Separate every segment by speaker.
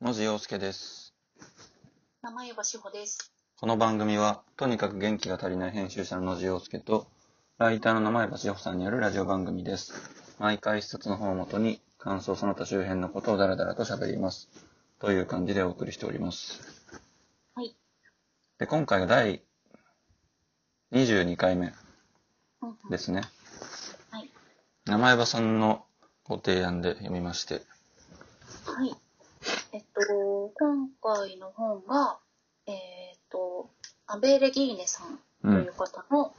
Speaker 1: 野地洋介です。
Speaker 2: 名前は志保です。
Speaker 1: この番組は、とにかく元気が足りない編集者の野地洋介と、ライターの名前橋穂さんによるラジオ番組です。毎回一冊の本をもとに、感想その他周辺のことをダラダラと喋ります。という感じでお送りしております。
Speaker 2: はい。
Speaker 1: で、今回が第22回目
Speaker 2: うんうん
Speaker 1: ですね。
Speaker 2: はい。
Speaker 1: 名前場さんのご提案で読みまして、
Speaker 2: はい。えっと、今回の本が、えーっと、アベレギーネさん
Speaker 1: う、
Speaker 2: というん方の、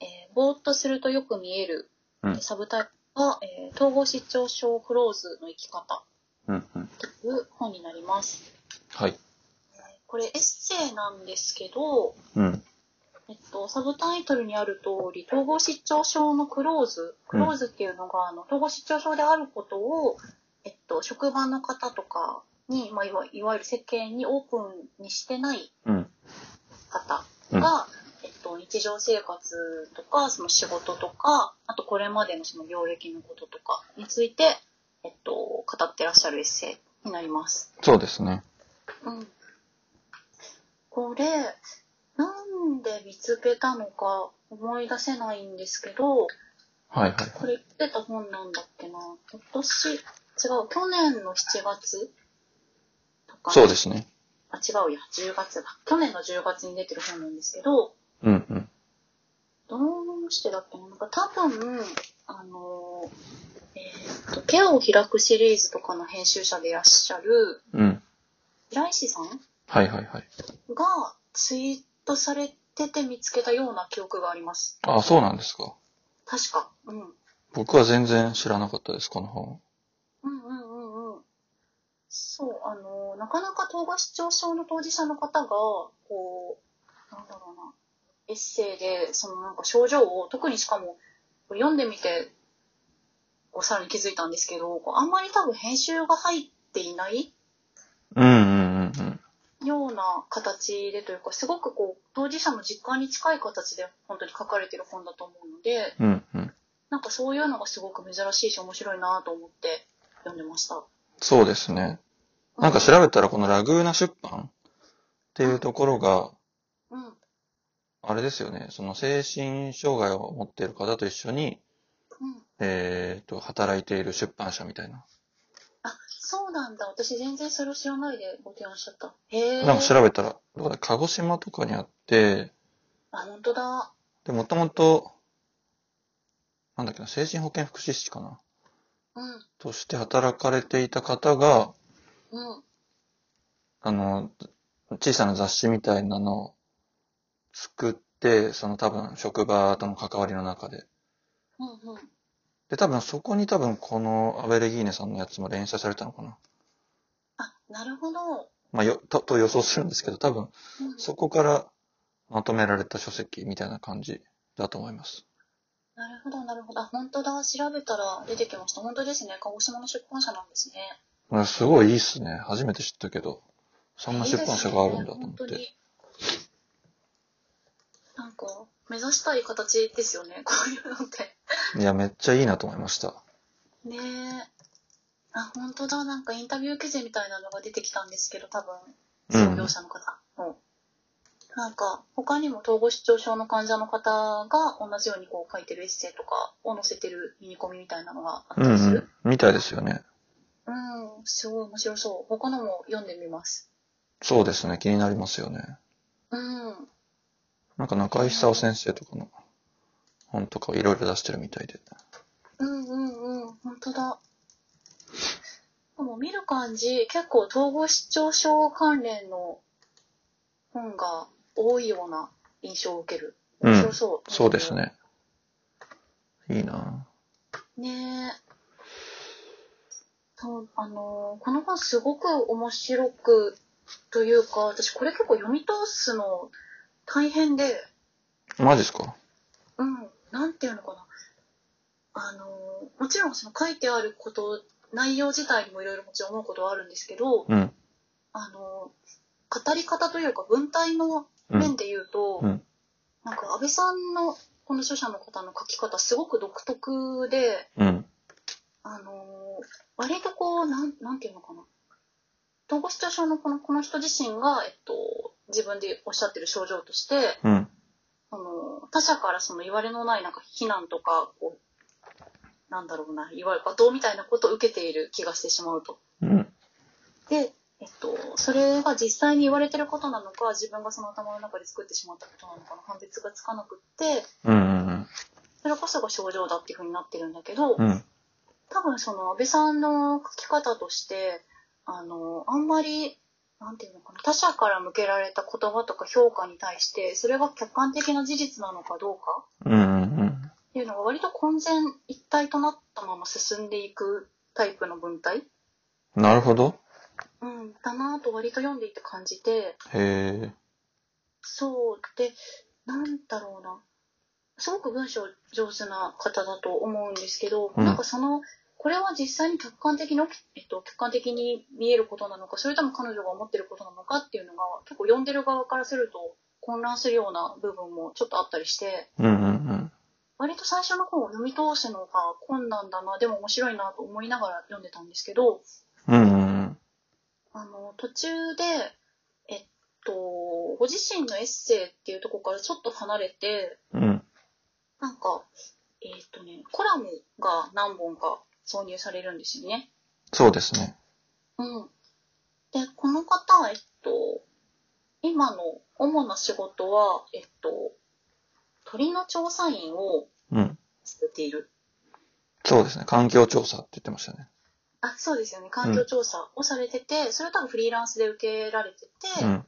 Speaker 2: えーぼーっとするとよく見える、
Speaker 1: うん
Speaker 2: サブタイトルが、えー統合失調症クローズの生き方
Speaker 1: うん、うん。
Speaker 2: という本になります。
Speaker 1: はい。
Speaker 2: これエッセイなんですけど、
Speaker 1: うん、
Speaker 2: えっと、サブタイトルにある通り、統合失調症のクローズ、クローズっていうのが、あの、統合失調症であることを、えっと、職場の方とかに、まあ、いわいわゆる世間にオープンにしてない
Speaker 1: うん、
Speaker 2: 方
Speaker 1: うん
Speaker 2: が、えっと、日常生活とか、その仕事とか、あとこれまでのその領域のこととかについて、えっと、語ってらっしゃるエッセイになります。
Speaker 1: そうですね。
Speaker 2: うんこれなんで見つけたのか思い出せないんですけ
Speaker 1: は
Speaker 2: ど
Speaker 1: い、はい、はい
Speaker 2: こ。れ出た本なんだっけな今年違う去年の7月とか
Speaker 1: そうですね。
Speaker 2: あ違うや10月だ去年の10月に出てる本なんですけど
Speaker 1: うん、うん。
Speaker 2: どうしてだっけななんか多分あのえーっと「ケアを開く」シリーズとかの編集者でいらっしゃる
Speaker 1: うん。
Speaker 2: 平石さん
Speaker 1: はいはいはい。
Speaker 2: がツイートされてて見つけたような記憶があります。
Speaker 1: あ、そうなんですか。
Speaker 2: 確か。うん。うん
Speaker 1: 僕は全然知らなかったです、この本。
Speaker 2: うんうんうん。そう、あの、なかなか統合失調症の当事者の方が、こう、なんだろうな、エッセイで、そのなんか症状を、特にしかも、読んでみて、こうさらに気づいたんですけど、こうあんまり多分編集が入っていない
Speaker 1: うんうんうんうん。
Speaker 2: ような形でというか、すごくこう、当事者の実感に近い形で本当に書かれてる本だと思うので、
Speaker 1: うんうん。
Speaker 2: なんかそういうのがすごく珍しいし面白いなと思って読んでました。
Speaker 1: そうですね。なんか調べたらこのラグーナ出版っていうところが、
Speaker 2: うん。うん。
Speaker 1: あれですよね、その精神障害を持っている方と一緒に、えっ、と、働いている出版社みたいな。
Speaker 2: あ、そうなんだ。私全然それを知らないでご提案しちゃった。へえ。
Speaker 1: なんか調べたら、どこだ、鹿児島とかにあって、
Speaker 2: あ、本当だ。
Speaker 1: で、もともと、なんだっけな、精神保健福祉士かな
Speaker 2: うん。
Speaker 1: として働かれていた方が、
Speaker 2: うん。
Speaker 1: あの、小さな雑誌みたいなのを作って、その多分職場との関わりの中で。
Speaker 2: うん。うん。
Speaker 1: で、多分そこに多分このアベレギーネさんのやつも連載されたのかな。
Speaker 2: あ、なるほど。
Speaker 1: まあ、よ、と、と予想するんですけど、多分
Speaker 2: うん、
Speaker 1: そこからまとめられた書籍みたいな感じだと思います。
Speaker 2: なるほど、なるほど。あ、本当だ。調べたら出てきました。本当ですね。鹿児島の出版社なんですね。
Speaker 1: まあ、すごいいいっすね。初めて知ったけど、そんな出版社があるんだと思っ
Speaker 2: 本当
Speaker 1: て。
Speaker 2: になんか、目指したい形ですよね。こういうのって。
Speaker 1: いや、めっちゃいいなと思いました。
Speaker 2: ねえ。あ、本当だ。なんかインタビュー記事みたいなのが出てきたんですけど、多分、
Speaker 1: うん
Speaker 2: 創業者の方の。なんか、他にも統合失調症の患者の方が同じようにこう書いてるエッセイとかを載せてるミニコミみたいなのがあ
Speaker 1: う
Speaker 2: った
Speaker 1: んう
Speaker 2: りす
Speaker 1: ん
Speaker 2: る。。
Speaker 1: みたいですよね。
Speaker 2: うん、すごい面白そう。他のも読んでみます。
Speaker 1: そうですね。気になりますよね。
Speaker 2: うん。
Speaker 1: なんか中井久夫先生とかの本とかをいろいろ出してるみたいで。
Speaker 2: うんうんうん、本当だ。でも見る感じ、結構統合失調症関連の本が多いような印象を受ける。
Speaker 1: うん
Speaker 2: 面白そう。
Speaker 1: そうです。ね。いいな
Speaker 2: ねえ。そう、あのーこの本すごく面白く、というか、私これ結構読み通すの大変で、
Speaker 1: ぁ。マジっすか
Speaker 2: うん、なんていうのかな。あの、もちろんその書いてあること、内容自体にもいろいろもちろん思うことはあるんですけど、
Speaker 1: うん。
Speaker 2: あの、語り方というか文体の
Speaker 1: う
Speaker 2: 面
Speaker 1: ん。
Speaker 2: で言うと、
Speaker 1: うん。
Speaker 2: なんか安倍さんのこの著者の方の書き方すごく独特で、
Speaker 1: うん。
Speaker 2: あの、割とこう、なん、なんていうのかな。統合失調症のこのこの人自身が、えっと、自分でおっしゃってる症状として、
Speaker 1: うん。
Speaker 2: あの他者からその言われのないなんか非難とかこうなんだろうないわゆる罵倒みたいなことを受けている気がしてしまうと。
Speaker 1: うん。
Speaker 2: で、えっと、それが実際に言われてることなのか自分がその頭の中で作ってしまったことなのかの判別がつかなくって
Speaker 1: うん。うん。
Speaker 2: それこそが症状だっていうふうになってるんだけど、
Speaker 1: うん。
Speaker 2: 多分その安倍さんの書き方としてあのあんまりなんていうのかな他者から向けられた言葉とか評価に対してそれが客観的な事実なのかどうか
Speaker 1: うん。うん。
Speaker 2: っていうのが割と混然一体となったまま進んでいくタイプの文体、
Speaker 1: なるほど。
Speaker 2: うん、だなぁと割と読んでいて感じて
Speaker 1: へえ。
Speaker 2: そうでなんだろうなすごく文章上手な方だと思うんですけど、
Speaker 1: うん
Speaker 2: なんかそのこれは実際に客観的に起き、えっと、客観的に見えることなのかそれとも彼女が思ってることなのかっていうのが結構読んでる側からすると混乱するような部分もちょっとあったりして。
Speaker 1: うんうん
Speaker 2: 割と最初の方を読み通すのが困難だなでも面白いなと思いながら読んでたんですけど
Speaker 1: うん。うんうん
Speaker 2: あの途中で、えっと、ご自身のエッセイっていうところからちょっと離れて
Speaker 1: うん。うん。
Speaker 2: なんか、えっとね、コラムが何本か挿入されるんですよね。
Speaker 1: そうですね。
Speaker 2: うん、でこの方、えっと、今の主な仕事は、えっと、鳥の調査員を
Speaker 1: うん。
Speaker 2: されている
Speaker 1: そうですね。環境調査って言ってましたね。
Speaker 2: あそうですよね環境調査をされてて、それを多分フリーランスで受けられてて、
Speaker 1: うん。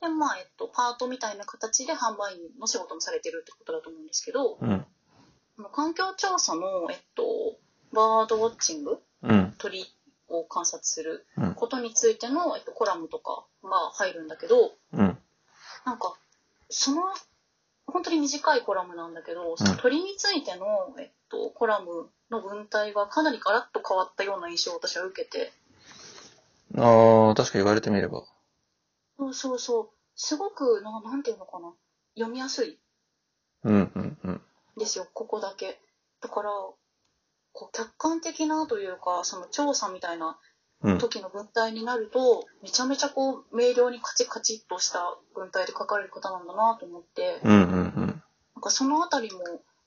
Speaker 2: でまあえっと、パートみたいな形で販売員の仕事もされてるってことだと思うんですけど
Speaker 1: うん。
Speaker 2: この環境調査の、えっと、バードウォッチング
Speaker 1: うん。
Speaker 2: 鳥を観察する
Speaker 1: うん
Speaker 2: ことについての、えっと、コラムとかが入るんだけど
Speaker 1: うん。
Speaker 2: なんかその本当に短いコラムなんだけどその鳥についての、えっと、コラムの文体がかなりガラッと変わったような印象を私は受けて。
Speaker 1: ああ、確か言われてみれば。
Speaker 2: そうそうそう。すごく、ななんていうのかな。読みやすい
Speaker 1: うんうんうん。
Speaker 2: んですよ、ここだけ。だから、こう客観的なというか、その調査みたいな
Speaker 1: うん。
Speaker 2: 時の文体になると、めちゃめちゃこう、明瞭にカチカチっとした文体で書かれる方なんだなと思って、
Speaker 1: うんうん
Speaker 2: なんかそのあたりも、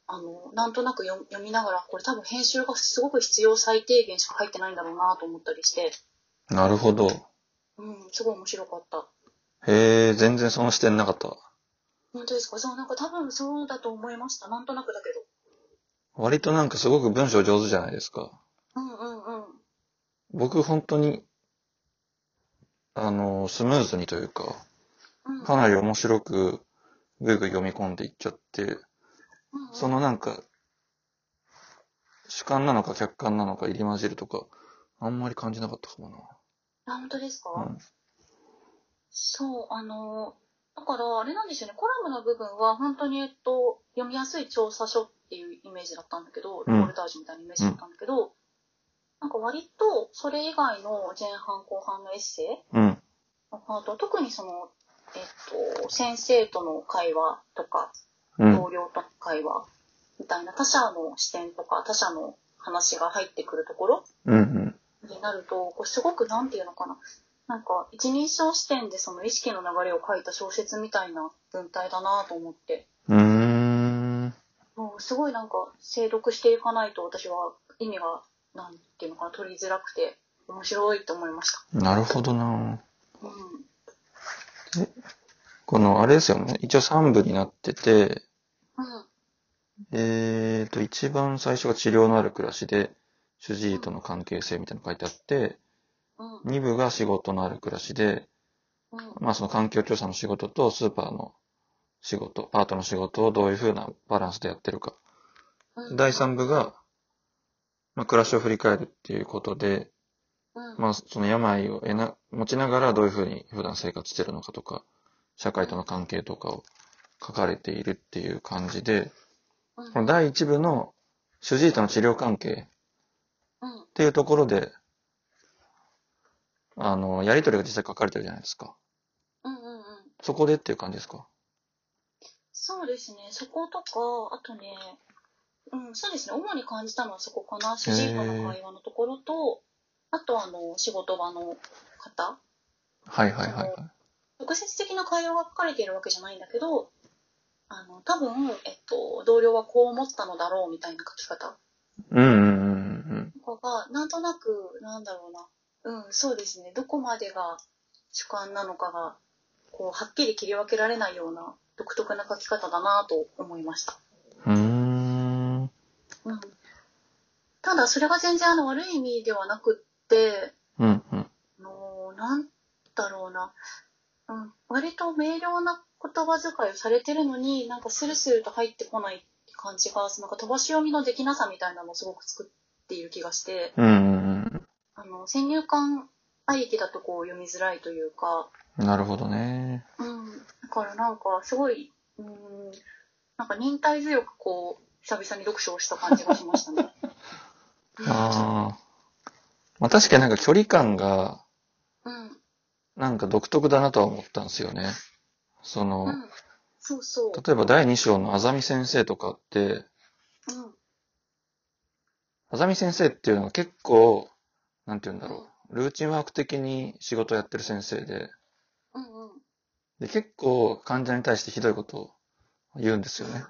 Speaker 2: あの、なんとなく読読みながら、これ多分編集がすごく必要最低限しか書いてないんだろうなと思ったりして、
Speaker 1: うん。なるほど。
Speaker 2: うん、すごい面白かった。
Speaker 1: へえ、全然その視点なかったわ。
Speaker 2: 本当ですかそう、なんか多分そうだと思いました。なんとなくだけど。
Speaker 1: 割となんかすごく文章上手じゃないですか。
Speaker 2: うんうんうん。
Speaker 1: 僕本当に、あの、スムーズにというか、
Speaker 2: うん
Speaker 1: かなり面白く、ぐいぐい読み込んでいっちゃって、
Speaker 2: うんうん
Speaker 1: そのなんか、主観なのか客観なのか入り混じるとか、あんまり感じなかったかもな。
Speaker 2: あ、本当ですか、
Speaker 1: うん
Speaker 2: そう、あの、だから、あれなんですよね、コラムの部分は、本当に、えっと、読みやすい調査書っていうイメージだったんだけど、
Speaker 1: うん
Speaker 2: レポルタージュみたいなイメージだったんだけど、なんか割と、それ以外の前半後半のエッセイ
Speaker 1: うん、
Speaker 2: のパート、特にその、えっと、先生との会話とか、
Speaker 1: うん、
Speaker 2: 同僚との会話みたいな、他者の視点とか、他者の話が入ってくるところ
Speaker 1: うん、うん、
Speaker 2: になるとこうすごくなんていうのかななんか一人称視点でその意識の流れを書いた小説みたいな文体だなと思って
Speaker 1: うーん、
Speaker 2: もうすごいなんか精読していかないと私は意味がなんていうのかな取りづらくて面白いと思いました。
Speaker 1: なるほどな
Speaker 2: うん
Speaker 1: この、あれですよね。一応3部になってて、
Speaker 2: うん
Speaker 1: えーと、一番最初が治療のある暮らしで、主治医との関係性みたいなの書いてあって、
Speaker 2: うん
Speaker 1: 2部が仕事のある暮らしで、
Speaker 2: うん
Speaker 1: まあその環境調査の仕事とスーパーの仕事、パートの仕事をどういう風なバランスでやってるか。
Speaker 2: うん
Speaker 1: 第3部が、まあ暮らしを振り返るっていうことで、
Speaker 2: うん
Speaker 1: まあその病を得な、持ちながらどういう風に普段生活してるのかとか、社会との関係とかを書かれているっていう感じで、
Speaker 2: うん
Speaker 1: この第1部の主治医との治療関係
Speaker 2: うん
Speaker 1: っていうところで、あの、やりとりが実際書かれてるじゃないですか。
Speaker 2: うんうんうん
Speaker 1: そこでっていう感じですか
Speaker 2: そうですね、そことか、あとね、うん、そうですね、主に感じたのはそこかな、主人公の会話のところと、あとあの、仕事場の方、
Speaker 1: はいはいはいはい。
Speaker 2: 直接的な会話が書かれているわけじゃないんだけど、あの、多分、えっと、同僚はこう思ったのだろうみたいな書き方
Speaker 1: うんうんうん
Speaker 2: とかが、なんとなく、なんだろうな、うん、そうですね、どこまでが主観なのかが、こう、はっきり切り分けられないような独特な書き方だなと思いました。
Speaker 1: うんうん。うーん。
Speaker 2: うん。ただ、それが全然あの悪い意味ではなくって、
Speaker 1: うんうん。
Speaker 2: あのなんだろうな、うん、割と明瞭な言葉遣いをされてるのになんかスルスルと入ってこない感じがそのなんか飛ばし読みのできなさみたいなのをすごく作っている気がして
Speaker 1: うんうん
Speaker 2: あの先入観ありきだとこう読みづらいというか、
Speaker 1: うん。なるほどね。
Speaker 2: うん、だからなんかすごい、うん、なんか忍耐強くこう久々に読書をした感じがしましたね。
Speaker 1: ああ。まあ確かになんか距離感が、
Speaker 2: うん、
Speaker 1: なんか独特だなとは思ったんですよね。その、
Speaker 2: うん、そうそう。
Speaker 1: 例えば第2章のあざみ先生とかって、
Speaker 2: うん
Speaker 1: あざみ先生っていうのは結構、なんて言うんだろう、ルーチンワーク的に仕事やってる先生で、
Speaker 2: うんうん、
Speaker 1: で、結構患者に対してひどいことを言うんですよね。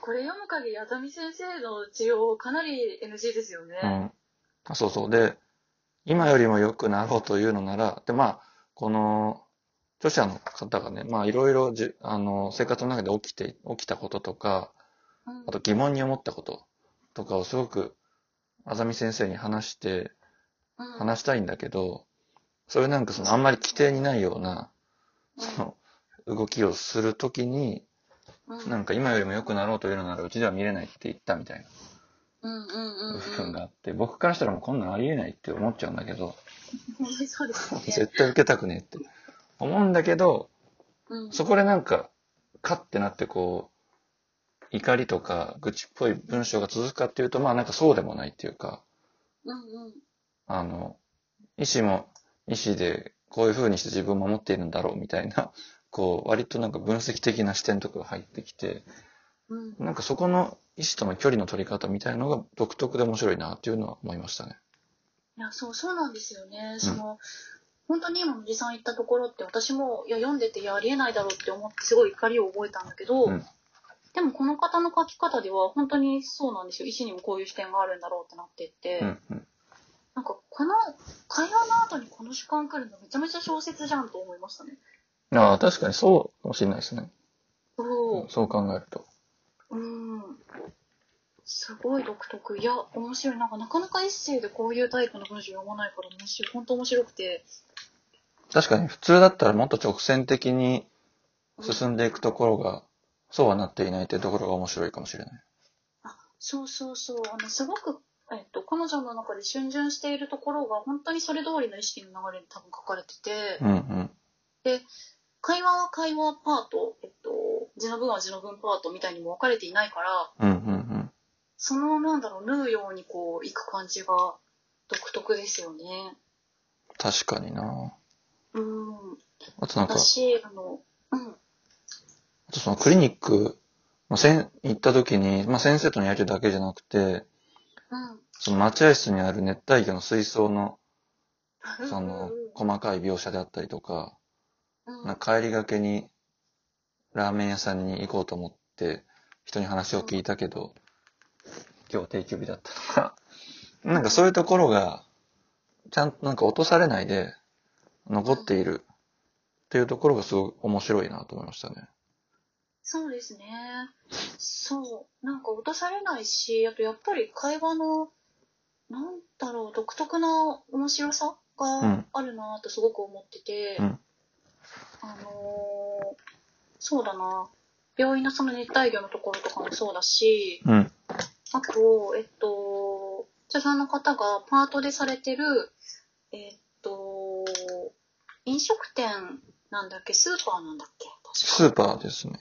Speaker 2: これ読む限り、あざみ先生の治療、かなり NG ですよね。
Speaker 1: うん。あそうそう。で、今よりも良くなろうというのなら、で、まあ、この、著者の方がね、まあ、いろいろじゅ、あの、生活の中で起きて、起きたこととか、
Speaker 2: うん
Speaker 1: あと疑問に思ったこととかをすごく、あざみ先生に話して、
Speaker 2: うん
Speaker 1: 話したいんだけど、それなんかそのあんまり規定にないような、その、動きをするときに、
Speaker 2: うん
Speaker 1: なんか今よりも良くなろうというのならうちでは見れないって言ったみたい
Speaker 2: うんうんう
Speaker 1: な
Speaker 2: んう
Speaker 1: ん部分があって、僕からしたらもうこんなのありえないって思っちゃうんだけど、
Speaker 2: 本当にそうですよね。
Speaker 1: 絶対受けたくねえって思うんだけど、
Speaker 2: うん
Speaker 1: そこでなんか、カッてなってこう、怒りとか愚痴っぽい文章が続くかっていうと、まあなんかそうでもないっていうか、
Speaker 2: うんうん
Speaker 1: あの、医師も医師でこういう風にして自分を守っているんだろうみたいな、 こう割となんか分析的な視点とかが入ってきて、
Speaker 2: うん
Speaker 1: なんかそこの医師との距離の取り方みたいのが独特で面白いなっていうのは思いましたね。
Speaker 2: いや、そう、そうなんですよね。その、本当に今、おじさん言ったところって、私も、いや、読んでて、いや、ありえないだろうって思って、すごい怒りを覚えたんだけど、
Speaker 1: うん
Speaker 2: でも、この方の書き方では、本当にそうなんですよ。医師にもこういう視点があるんだろうってなってって、
Speaker 1: うんうん。
Speaker 2: なんか、この、会話の後にこの主観来るの、めちゃめちゃ小説じゃんと思いましたね。
Speaker 1: ああ、確かにそうかもしれないですね。
Speaker 2: そう。
Speaker 1: そう考えると。
Speaker 2: うん。すごい独特。いや、面白い。なんか、なかなかエッセイでこういうタイプの文章読まないから、面白い。本当面白くて。
Speaker 1: 確かに普通だったらもっと直線的に進んでいくところが、そうはなっていないというところが面白いかもしれない。
Speaker 2: そうそうそう。あの、すごく、えっと、彼女の中で逡巡しているところが、本当にそれ通りの意識の流れで多分書かれてて、
Speaker 1: うんうん。
Speaker 2: 会話は会話パート、えっと、字の文は字の文パートみたいにも分かれていないから、
Speaker 1: うんうん
Speaker 2: その、なんだろう、縫うようにこう、いく感じが独特ですよね。
Speaker 1: うん。確かにな
Speaker 2: うん。
Speaker 1: あとなんか、
Speaker 2: 私、あの、うん、
Speaker 1: あとそのクリニック、まあ、せん行った時に、まあ、先生とのやりとりだけじゃなくて、
Speaker 2: うん。
Speaker 1: その待合室にある熱帯魚の水槽の、そ
Speaker 2: うん
Speaker 1: の
Speaker 2: うんうん、
Speaker 1: 細かい描写であったりとか、
Speaker 2: うん
Speaker 1: なんか帰りがけにラーメン屋さんに行こうと思って人に話を聞いたけど、今日定休日だったとか、 なんかそういうところが、ちゃんとなんか落とされないで残っているっていうところがすごい面白いなと思いましたね。
Speaker 2: そうですね。そう。なんか落とされないし、あとやっぱり会話の、なんだろう、独特な面白さ
Speaker 1: うん
Speaker 2: があるなぁとすごく思ってて、
Speaker 1: うん
Speaker 2: あのーそうだな病院のその熱帯魚のところとかもそうだし、
Speaker 1: うん。
Speaker 2: あと、えっと、著者の方がパートでされてる、えっと、飲食店なんだっけ、スーパーなんだっけ、確か。
Speaker 1: スーパーですね。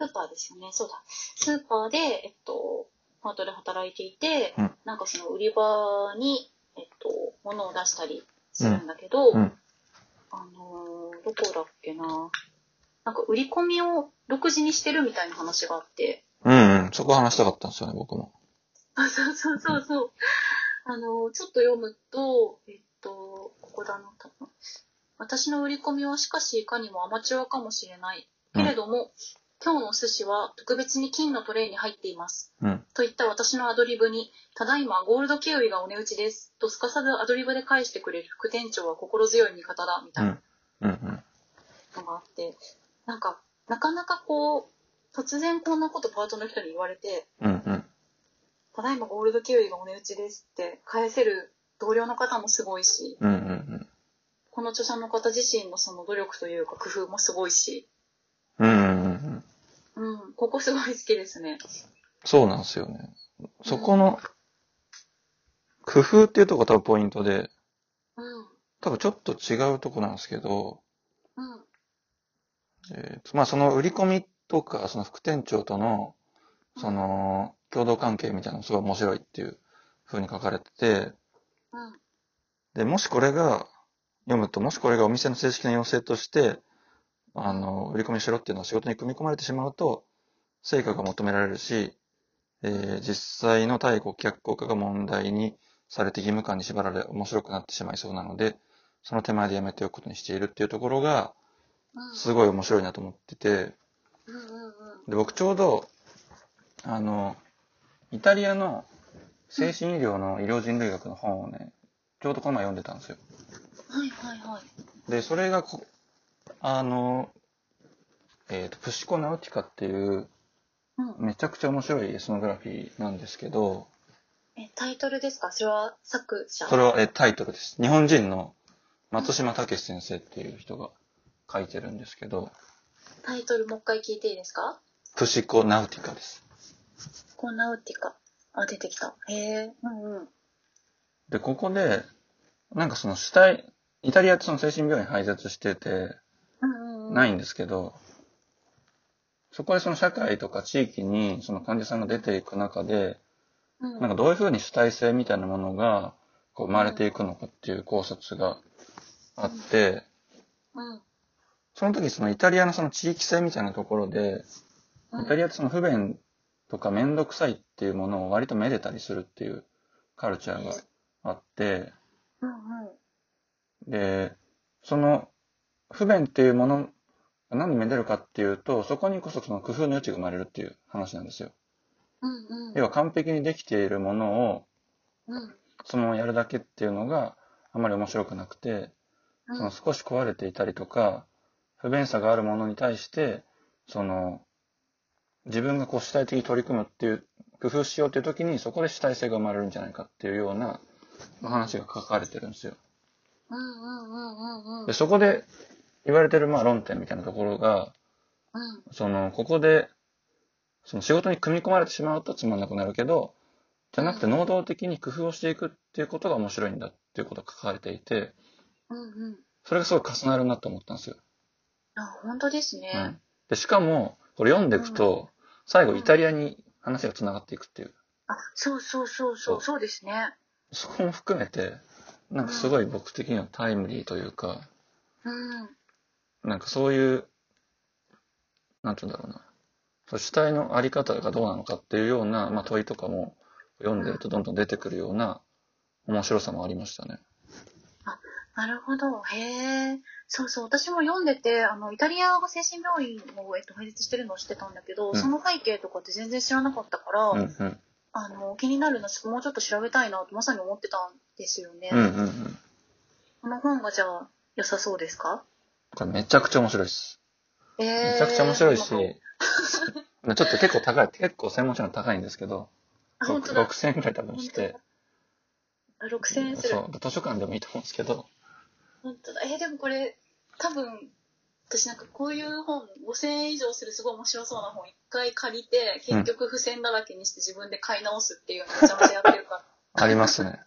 Speaker 2: スーパーですよね、そうだ。スーパーで、えっと、パートで働いていて、
Speaker 1: うん
Speaker 2: なんかその売り場に、えっと、物を出したりするんだけど、
Speaker 1: うんうん
Speaker 2: あのーどこだっけな。なんか売り込みを独自にしてるみたいな話があって、
Speaker 1: うんうん。そこ話したかったんですよね、僕も。
Speaker 2: あそうそうそうそう。あのーちょっと読むと、えっと、ここだな、多分。私の売り込みはしかしいかにもアマチュアかもしれない。けれども、今日のお寿司は特別に金のトレイに入っています。
Speaker 1: うん。
Speaker 2: といった私のアドリブに、ただいまゴールドキウイがお値打ちです。とすかさずアドリブで返してくれる副店長は心強い味方だ、みたいな
Speaker 1: うん。うん。
Speaker 2: のがあって、なんか、なかなかこう、突然こんなことパートの人に言われて、
Speaker 1: うん。うん。
Speaker 2: ただいまゴールドキウイがお値打ちですって返せる同僚の方もすごいし、
Speaker 1: うん。うん。
Speaker 2: この著者の方自身のその努力というか工夫もすごいし、
Speaker 1: うん。うん。うん。
Speaker 2: うん、ここすごい好きですね。
Speaker 1: そうなんですよね。そこの、工夫っていうとこが多分ポイントで、
Speaker 2: うん、
Speaker 1: 多分ちょっと違うとこなんですけど、
Speaker 2: うん、
Speaker 1: えーとまあその売り込みとか、その副店長との、その、共同関係みたいなのもすごい面白いっていう風に書かれてて、
Speaker 2: うん、
Speaker 1: で、もしこれが、読むと、もしこれがお店の正式な要請として、あの、売り込みしろっていうのは仕事に組み込まれてしまうと、成果が求められるし、えー実際の対顧客効果が問題にされて義務感に縛られ面白くなってしまいそうなので、その手前でやめておくことにしているっていうところが、
Speaker 2: うん、
Speaker 1: すごい面白いなと思ってて、
Speaker 2: うん、うん、うん。
Speaker 1: で、僕ちょうど、あの、イタリアの精神医療の医療人類学の本をね、ちょうどこの前読んでたんですよ。
Speaker 2: はいはいはい。
Speaker 1: で、それがこ、あの、えっ、と、プシコナウティカっていう、
Speaker 2: うん。
Speaker 1: めちゃくちゃ面白いエスノグラフィーなんですけど、
Speaker 2: え、タイトルですかそれは作者
Speaker 1: それは、えータイトルです。日本人の松島武先生っていう人が書いてるんですけど、
Speaker 2: タイトルもう一回聞いていいですか
Speaker 1: プシコナウティカです。
Speaker 2: コナウティカ。あ、出てきた。へえ。うんうん。
Speaker 1: で、ここで、なんかその死体、イタリアってその精神病院廃絶してて、
Speaker 2: うんうん。。
Speaker 1: ないいんですけど、そこでその社会とか地域にその患者さんが出ていく中で、
Speaker 2: うん。
Speaker 1: なんかどういうふうに主体性みたいなものがこう生まれていくのかっていう考察があって、
Speaker 2: うん。
Speaker 1: その時そのイタリアのその地域性みたいなところで、
Speaker 2: うん。
Speaker 1: イタリアってその不便とか面倒くさいっていうものを割とめでたりするっていうカルチャーがあって、
Speaker 2: うんうん。
Speaker 1: で、その不便っていうものが何でめでるかっていうと、そこにこそその工夫の余地が生まれるっていう話なんですよ。
Speaker 2: うんうん。
Speaker 1: 要は完璧にできているものを
Speaker 2: うん。
Speaker 1: そのままやるだけっていうのがあまり面白くなくて、
Speaker 2: うん
Speaker 1: その少し壊れていたりとか、不便さがあるものに対して、その、自分がこう主体的に取り組むっていう、工夫しようという時にそこで主体性が生まれるんじゃないかっていうようなまあ話が書かれてるんですよ。
Speaker 2: うんうんうんうんうん
Speaker 1: で、。そこで言われてるまあ論点みたいなところが、
Speaker 2: うん。
Speaker 1: その、ここで、その仕事に組み込まれてしまうとつまんなくなるけど、じゃなくて能動的に工夫をしていくっていうことが面白いんだっていうことが書かれていて、
Speaker 2: うんうん。
Speaker 1: それがすごい重なるなと思ったんですよ。
Speaker 2: あ、本当ですね。
Speaker 1: うん、でしかもこれ読んでいくと、最後イタリアに話がつながっていくっていう
Speaker 2: あ、そうそうそう
Speaker 1: そ
Speaker 2: そうう、そうですね。
Speaker 1: そこも含めてなんかすごい僕的にはタイムリーというか
Speaker 2: うん。
Speaker 1: なんかそういうなんて言うんだろうなそう主体のあり方がどうなのかっていうような、まあ、問いとかも読んでるとどんどん出てくるような面白さもありましたね。
Speaker 2: なるほど。へえ。そうそう。私も読んでて、あの、イタリアが精神病院を、えっと、廃絶してるのを知ってたんだけど、
Speaker 1: うん
Speaker 2: その背景とかって全然知らなかったから、
Speaker 1: うんうん
Speaker 2: あの、気になるな、もうちょっと調べたいなと、まさに思ってたんですよね。
Speaker 1: うんうんうん。
Speaker 2: この本がじゃあ、良さそうですか
Speaker 1: これめちゃくちゃ面白いです。
Speaker 2: ええ
Speaker 1: めちゃくちゃ面白いし、
Speaker 2: そうなの
Speaker 1: ちょっと結構高い、結構専門書の高いんですけど、
Speaker 2: あ、本当だ。
Speaker 1: 6000円くらい多分して、
Speaker 2: あ6000円する。
Speaker 1: そう、図書館でもいいと思うんですけど、
Speaker 2: 本当だ。えーでもこれ、多分、私なんかこういう本、5000円以上するすごい面白そうな本、一回借りて、結局付箋だらけにして自分で買い直すっていうのめちゃめちゃやってるから、
Speaker 1: ありますね。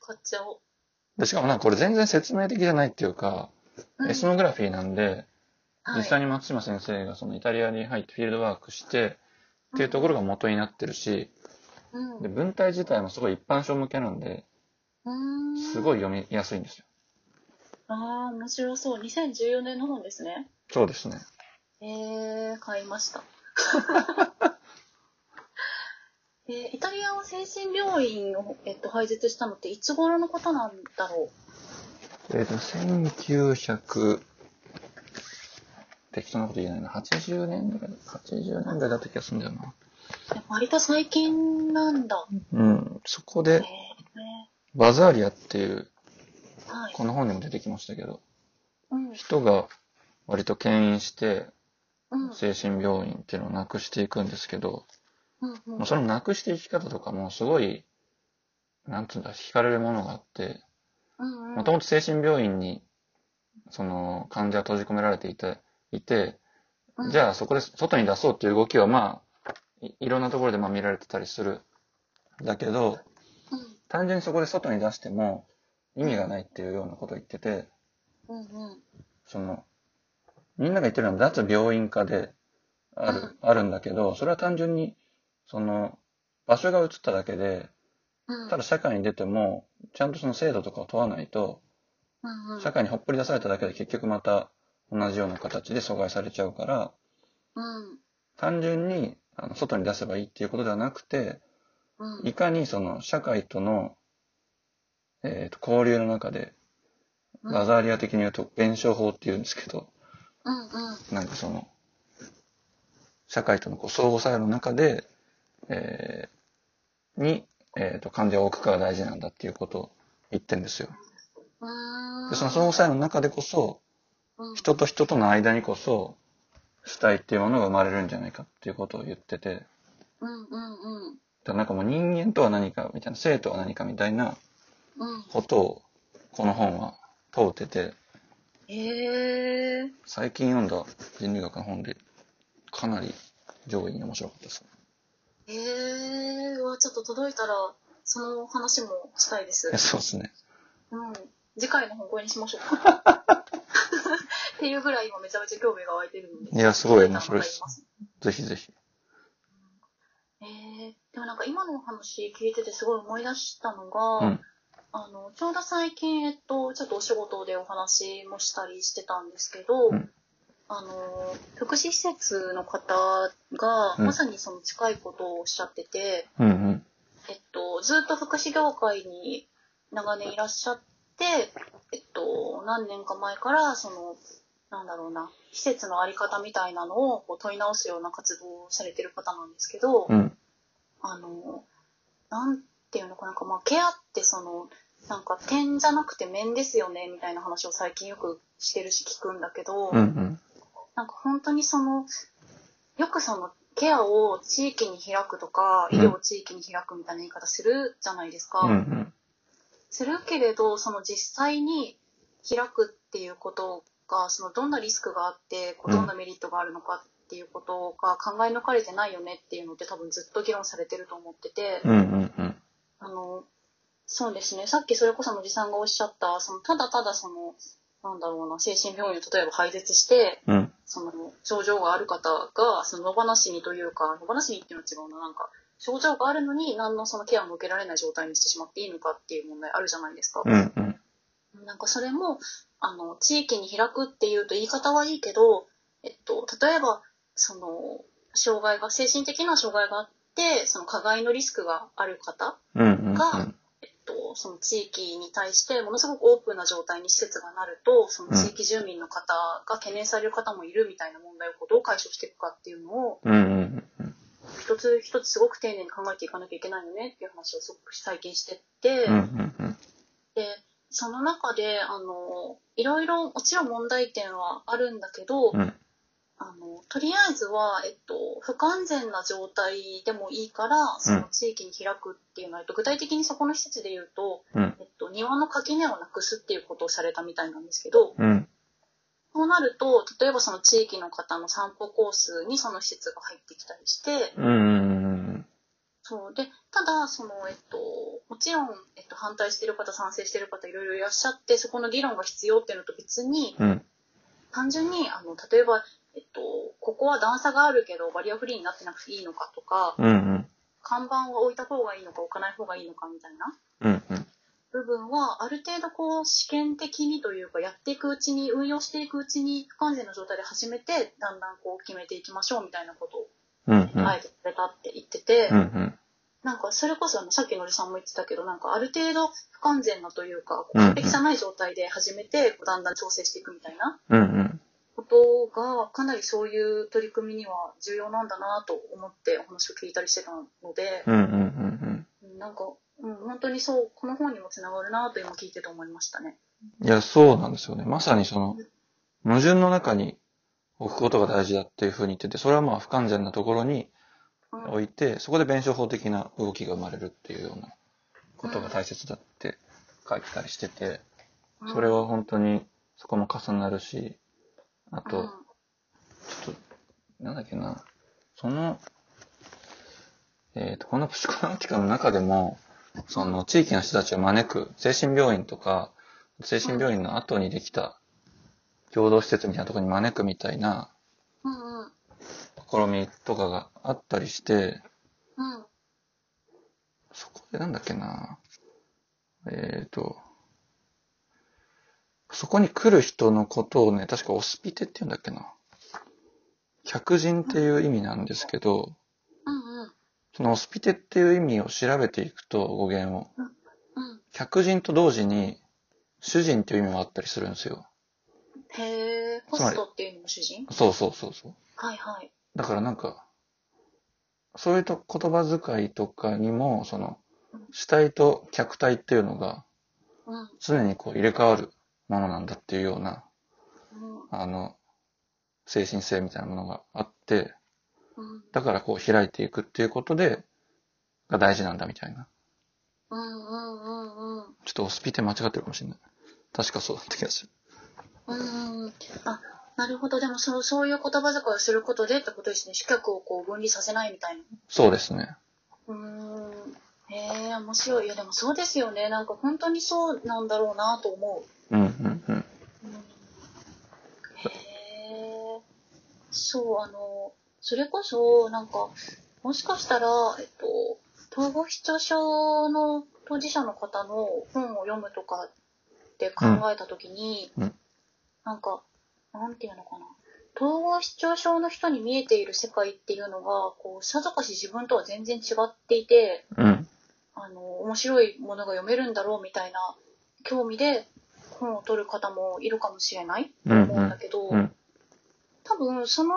Speaker 2: 買っちゃおう。
Speaker 1: で、しかもなんかこれ全然説明的じゃないっていうか、
Speaker 2: うん
Speaker 1: エスノグラフィーなんで、
Speaker 2: はい
Speaker 1: 実際に松島先生がそのイタリアに入ってフィールドワークして、っていうところが元になってるし、
Speaker 2: うん
Speaker 1: で、文体自体もすごい一般書向けなんで、
Speaker 2: うん。
Speaker 1: す
Speaker 2: い。
Speaker 1: ごい読みやすいんですよ。
Speaker 2: ああ、面白そう。2014年の本ですね。
Speaker 1: そうですね。
Speaker 2: えー、買いました。えーイタリアは精神病院を、えっと、廃絶したのっていつ頃のことなんだろ
Speaker 1: えっと、1900、適当なこと言えないな。80年代、80年代だった気がするんだよな。
Speaker 2: ういや割と最近なんだ。
Speaker 1: うん。そこ
Speaker 2: え
Speaker 1: で
Speaker 2: ー、
Speaker 1: バザーリアっていう、
Speaker 2: はい。
Speaker 1: この本にも出てきましたけど、
Speaker 2: うん。
Speaker 1: 人が割と牽引して、
Speaker 2: うん。
Speaker 1: 精神病院っていうのをなくしていくんですけど、
Speaker 2: うん。うん
Speaker 1: もうそのなくしていき方とかもすごい、なんつうんだ、惹かれるものがあって、
Speaker 2: うん。
Speaker 1: もともと精神病院に、その、患者は閉じ込められていて、いて、
Speaker 2: うん
Speaker 1: じゃあそこで外に出そうっていう動きはまあ、いいろんなところでまあ見られてたりする。だけど、
Speaker 2: うん。
Speaker 1: 単純にそこで外に出しても意味がないっていうようなことを言ってて、
Speaker 2: うん。うん。
Speaker 1: その、みんなが言ってるのは脱病院化であ
Speaker 2: う
Speaker 1: る、あるんだけど、それは単純に、その、場所が移っただけで、
Speaker 2: うん。
Speaker 1: ただ社会に出ても、ちゃんとその制度とかを問わないと、
Speaker 2: うん。うん。
Speaker 1: 社会にほっぽり出されただけで結局また同じような形で阻害されちゃうから、
Speaker 2: うん。
Speaker 1: 単純にあの外に出せばいいっていうことではなくて、
Speaker 2: うん。
Speaker 1: いかにその社会との、えーと交流の中で、
Speaker 2: うん
Speaker 1: バザーリア的に言うと弁証法って言うんですけど、
Speaker 2: うん。うん。
Speaker 1: なんかその、社会とのこう相互作用の中で、えーに、えーと患者を置くかが大事なんだっていうことを言ってんですよ。
Speaker 2: うーん
Speaker 1: でその相互作用の中でこそ、
Speaker 2: うん
Speaker 1: 人と人との間にこそ主体っていうものが生まれるんじゃないかっていうことを言っててだか
Speaker 2: うんうんうん
Speaker 1: らなんかもう人間とは何かみたいな生とは何かみたいな
Speaker 2: うん
Speaker 1: ことをこの本は問うてて
Speaker 2: へえ
Speaker 1: 最近読んだ人類学の本でかなり上位に面白かったです
Speaker 2: へえうわちょっと届いたらその話もしたいです
Speaker 1: いやそうですね
Speaker 2: うん次回の本これにしましょうっていうぐらい今めちゃめちゃ興味が湧いてるの
Speaker 1: い
Speaker 2: で
Speaker 1: やすごい面白いで
Speaker 2: ますす
Speaker 1: ぜひぜひ
Speaker 2: えー、でもなんか今のお話聞いててすごい思い出したのが、
Speaker 1: うん
Speaker 2: あのちょうど最近、えっと、ちょっとお仕事でお話もしたりしてたんですけど、
Speaker 1: うん
Speaker 2: あの福祉施設の方が
Speaker 1: うん
Speaker 2: まさにその近いことをおっしゃってて、
Speaker 1: うんうん
Speaker 2: えっと、ずっと福祉業界に長年いらっしゃって、えっと、何年か前からそのなんだろうな施設の在り方みたいなのをこう問い直すような活動をされてる方なんですけど。
Speaker 1: うん
Speaker 2: あの、なんていうのかな、なんかまあ、ケアってその、なんか点じゃなくて面ですよね、みたいな話を最近よくしてるし聞くんだけど、
Speaker 1: うんうん
Speaker 2: なんか本当にその、よくその、ケアを地域に開くとか、
Speaker 1: うん
Speaker 2: 医療を地域に開くみたいな言い方するじゃないですか。
Speaker 1: うんうん
Speaker 2: するけれど、その実際に開くっていうことが、そのどんなリスクがあって、こう
Speaker 1: うん
Speaker 2: どんなメリットがあるのかっていうことが考え抜かれてないよねっていうのって多分ずっと議論されてると思ってて、
Speaker 1: うんうんうん
Speaker 2: あの、そうですね。さっきそれこそのじさんがおっしゃった、その、ただただその、なんだろうな、精神病院を例えば廃絶して、
Speaker 1: うん
Speaker 2: その、症状がある方が、その、野放しにというか、野放しにっていうのは違うな、なんか、症状があるのに何のそのケアも受けられない状態にしてしまっていいのかっていう問題あるじゃないですか。
Speaker 1: うんうん
Speaker 2: なんかそれも、あの、地域に開くっていうと言い方はいいけど、えっと、例えば、その、障害が、精神的な障害があって、その、加害のリスクがある方、
Speaker 1: うんうん
Speaker 2: がえっと、その地域に対してものすごくオープンな状態に施設がなるとその地域住民の方が懸念される方もいるみたいな問題をこうどう解消していくかっていうのを
Speaker 1: うんうんうんうん
Speaker 2: 一つ一つすごく丁寧に考えていかなきゃいけないよねっていう話をすごく最近してって、
Speaker 1: うんうんうん
Speaker 2: でその中であのいろいろもちろん問題点はあるんだけど、
Speaker 1: うん
Speaker 2: あのとりあえずは、えっと、不完全な状態でもいいからその地域に開くっていうのは、えっと具体的にそこの施設で言うと、
Speaker 1: うん
Speaker 2: えっと、庭の垣根をなくすっていうことをされたみたいなんですけど
Speaker 1: うん
Speaker 2: そうなると例えばその地域の方の散歩コースにその施設が入ってきたりして
Speaker 1: うんうん
Speaker 2: そうでただその、えっと、もちろん、えっと、反対してる方賛成してる方いろいろいらっしゃってそこの議論が必要っていうのと別に、
Speaker 1: うん
Speaker 2: 単純にあの例えば、えっと、ここは段差があるけどバリアフリーになってなくていいのかとか
Speaker 1: うんうん
Speaker 2: 看板を置いた方がいいのか置かない方がいいのかみたいな
Speaker 1: うんうん
Speaker 2: 部分はある程度こう試験的にというかやっていくうちに運用していくうちに不完全な状態で始めてだんだんこう決めていきましょうみたいなことを
Speaker 1: うんうん
Speaker 2: あえてくれたって言ってて、
Speaker 1: うんうん
Speaker 2: なんかそれこそあのさっきのりさんも言ってたけどなんかある程度不完全なというかこう
Speaker 1: うんうん
Speaker 2: 完璧じゃない状態で始めてこうだんだん調整していくみたいな
Speaker 1: うんうん。
Speaker 2: ことがかなりそういう取り組みには重要なんだなと思ってお話を聞いたりしてたので、
Speaker 1: うんうんうん
Speaker 2: なんか、うん、本当にそうこの本にもつながるなと今聞いてて思いましたね。
Speaker 1: うん。いや、そうなんですよね。まさにその、矛盾の中に置くことが大事だっていうふうに言ってて、それはまあ不完全なところに
Speaker 2: うん
Speaker 1: 置いて、そこで弁証法的な動きが生まれるっていうようなことが大切だって書いてたりしてて、それは本当にそこも重なるし、あ
Speaker 2: うん
Speaker 1: と、ちょっと、なんだっけな、その、えっ、と、このプシコナンティカの中でも、その地域の人たちを招く精神病院とか、精神病院の後にできた共同施設みたいなところに招くみたいな
Speaker 2: うんうん
Speaker 1: 試みとかがあったりして、
Speaker 2: うん
Speaker 1: そこでなんだっけな。えっ、と、そこに来る人のことをね、確かオスピテって言うんだっけな。客人っていう意味なんですけど、
Speaker 2: うんうん
Speaker 1: そのオスピテっていう意味を調べていくと、語源を。
Speaker 2: うん
Speaker 1: 客人と同時に、主人っていう意味もあったりするんですよ。
Speaker 2: へえ、ホストっていうのも主人
Speaker 1: そうそうそうそう。
Speaker 2: はいはい。
Speaker 1: だからなんか、そういうと言葉遣いとかにも、その、主体と客体っていうのが、
Speaker 2: うんうん
Speaker 1: 常にこう入れ替わるものなんだっていうような、あの、精神性みたいなものがあって、
Speaker 2: うん
Speaker 1: だからこう開いていくっていうことで、が大事なんだみたいな。
Speaker 2: うんうんうんうん。
Speaker 1: ちょっとオスピテ間違ってるかもしれない。確かそうだった気がする。
Speaker 2: うんうんあなるほどでもそうそういう言葉遣いをすることでってことですね主客をこう分離させないみたいな
Speaker 1: そうですね。
Speaker 2: うーんへえ面白いいやでもそうですよねなんか本当にそうなんだろうなと思
Speaker 1: うんうんうん。
Speaker 2: う、うん、へえそうあのそれこそなんかもしかしたらえっと統合失調症の当事者の方の本を読むとかって考えた時に、
Speaker 1: うんうん
Speaker 2: なんかなんていうのかな統合失調症の人に見えている世界っていうのがこうさぞかし自分とは全然違っていて、
Speaker 1: うん。
Speaker 2: あの面白いものが読めるんだろうみたいな興味で本を取る方もいるかもしれない
Speaker 1: うん
Speaker 2: と思うんだけど、
Speaker 1: うんうん
Speaker 2: 多分その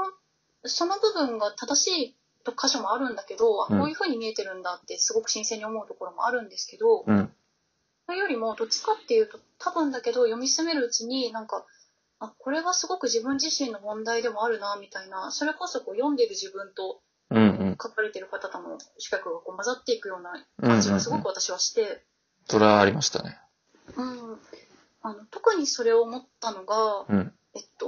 Speaker 2: その部分が正しい箇所もあるんだけど、あ
Speaker 1: うん
Speaker 2: こういう風に見えてるんだってすごく新鮮に思うところもあるんですけど、
Speaker 1: うん。
Speaker 2: それよりもどっちかっていうと多分だけど読み進めるうちになんかあこれはすごく自分自身の問題でもあるなみたいなそれこそこう読んでる自分と
Speaker 1: うんうん。
Speaker 2: 書かれてる方との資格がこう混ざっていくような
Speaker 1: うんうんう
Speaker 2: 感じが
Speaker 1: ん。
Speaker 2: すごく私はして。
Speaker 1: それはありましたね。
Speaker 2: うん、あの特にそれを思ったのが、
Speaker 1: うん。
Speaker 2: えっと、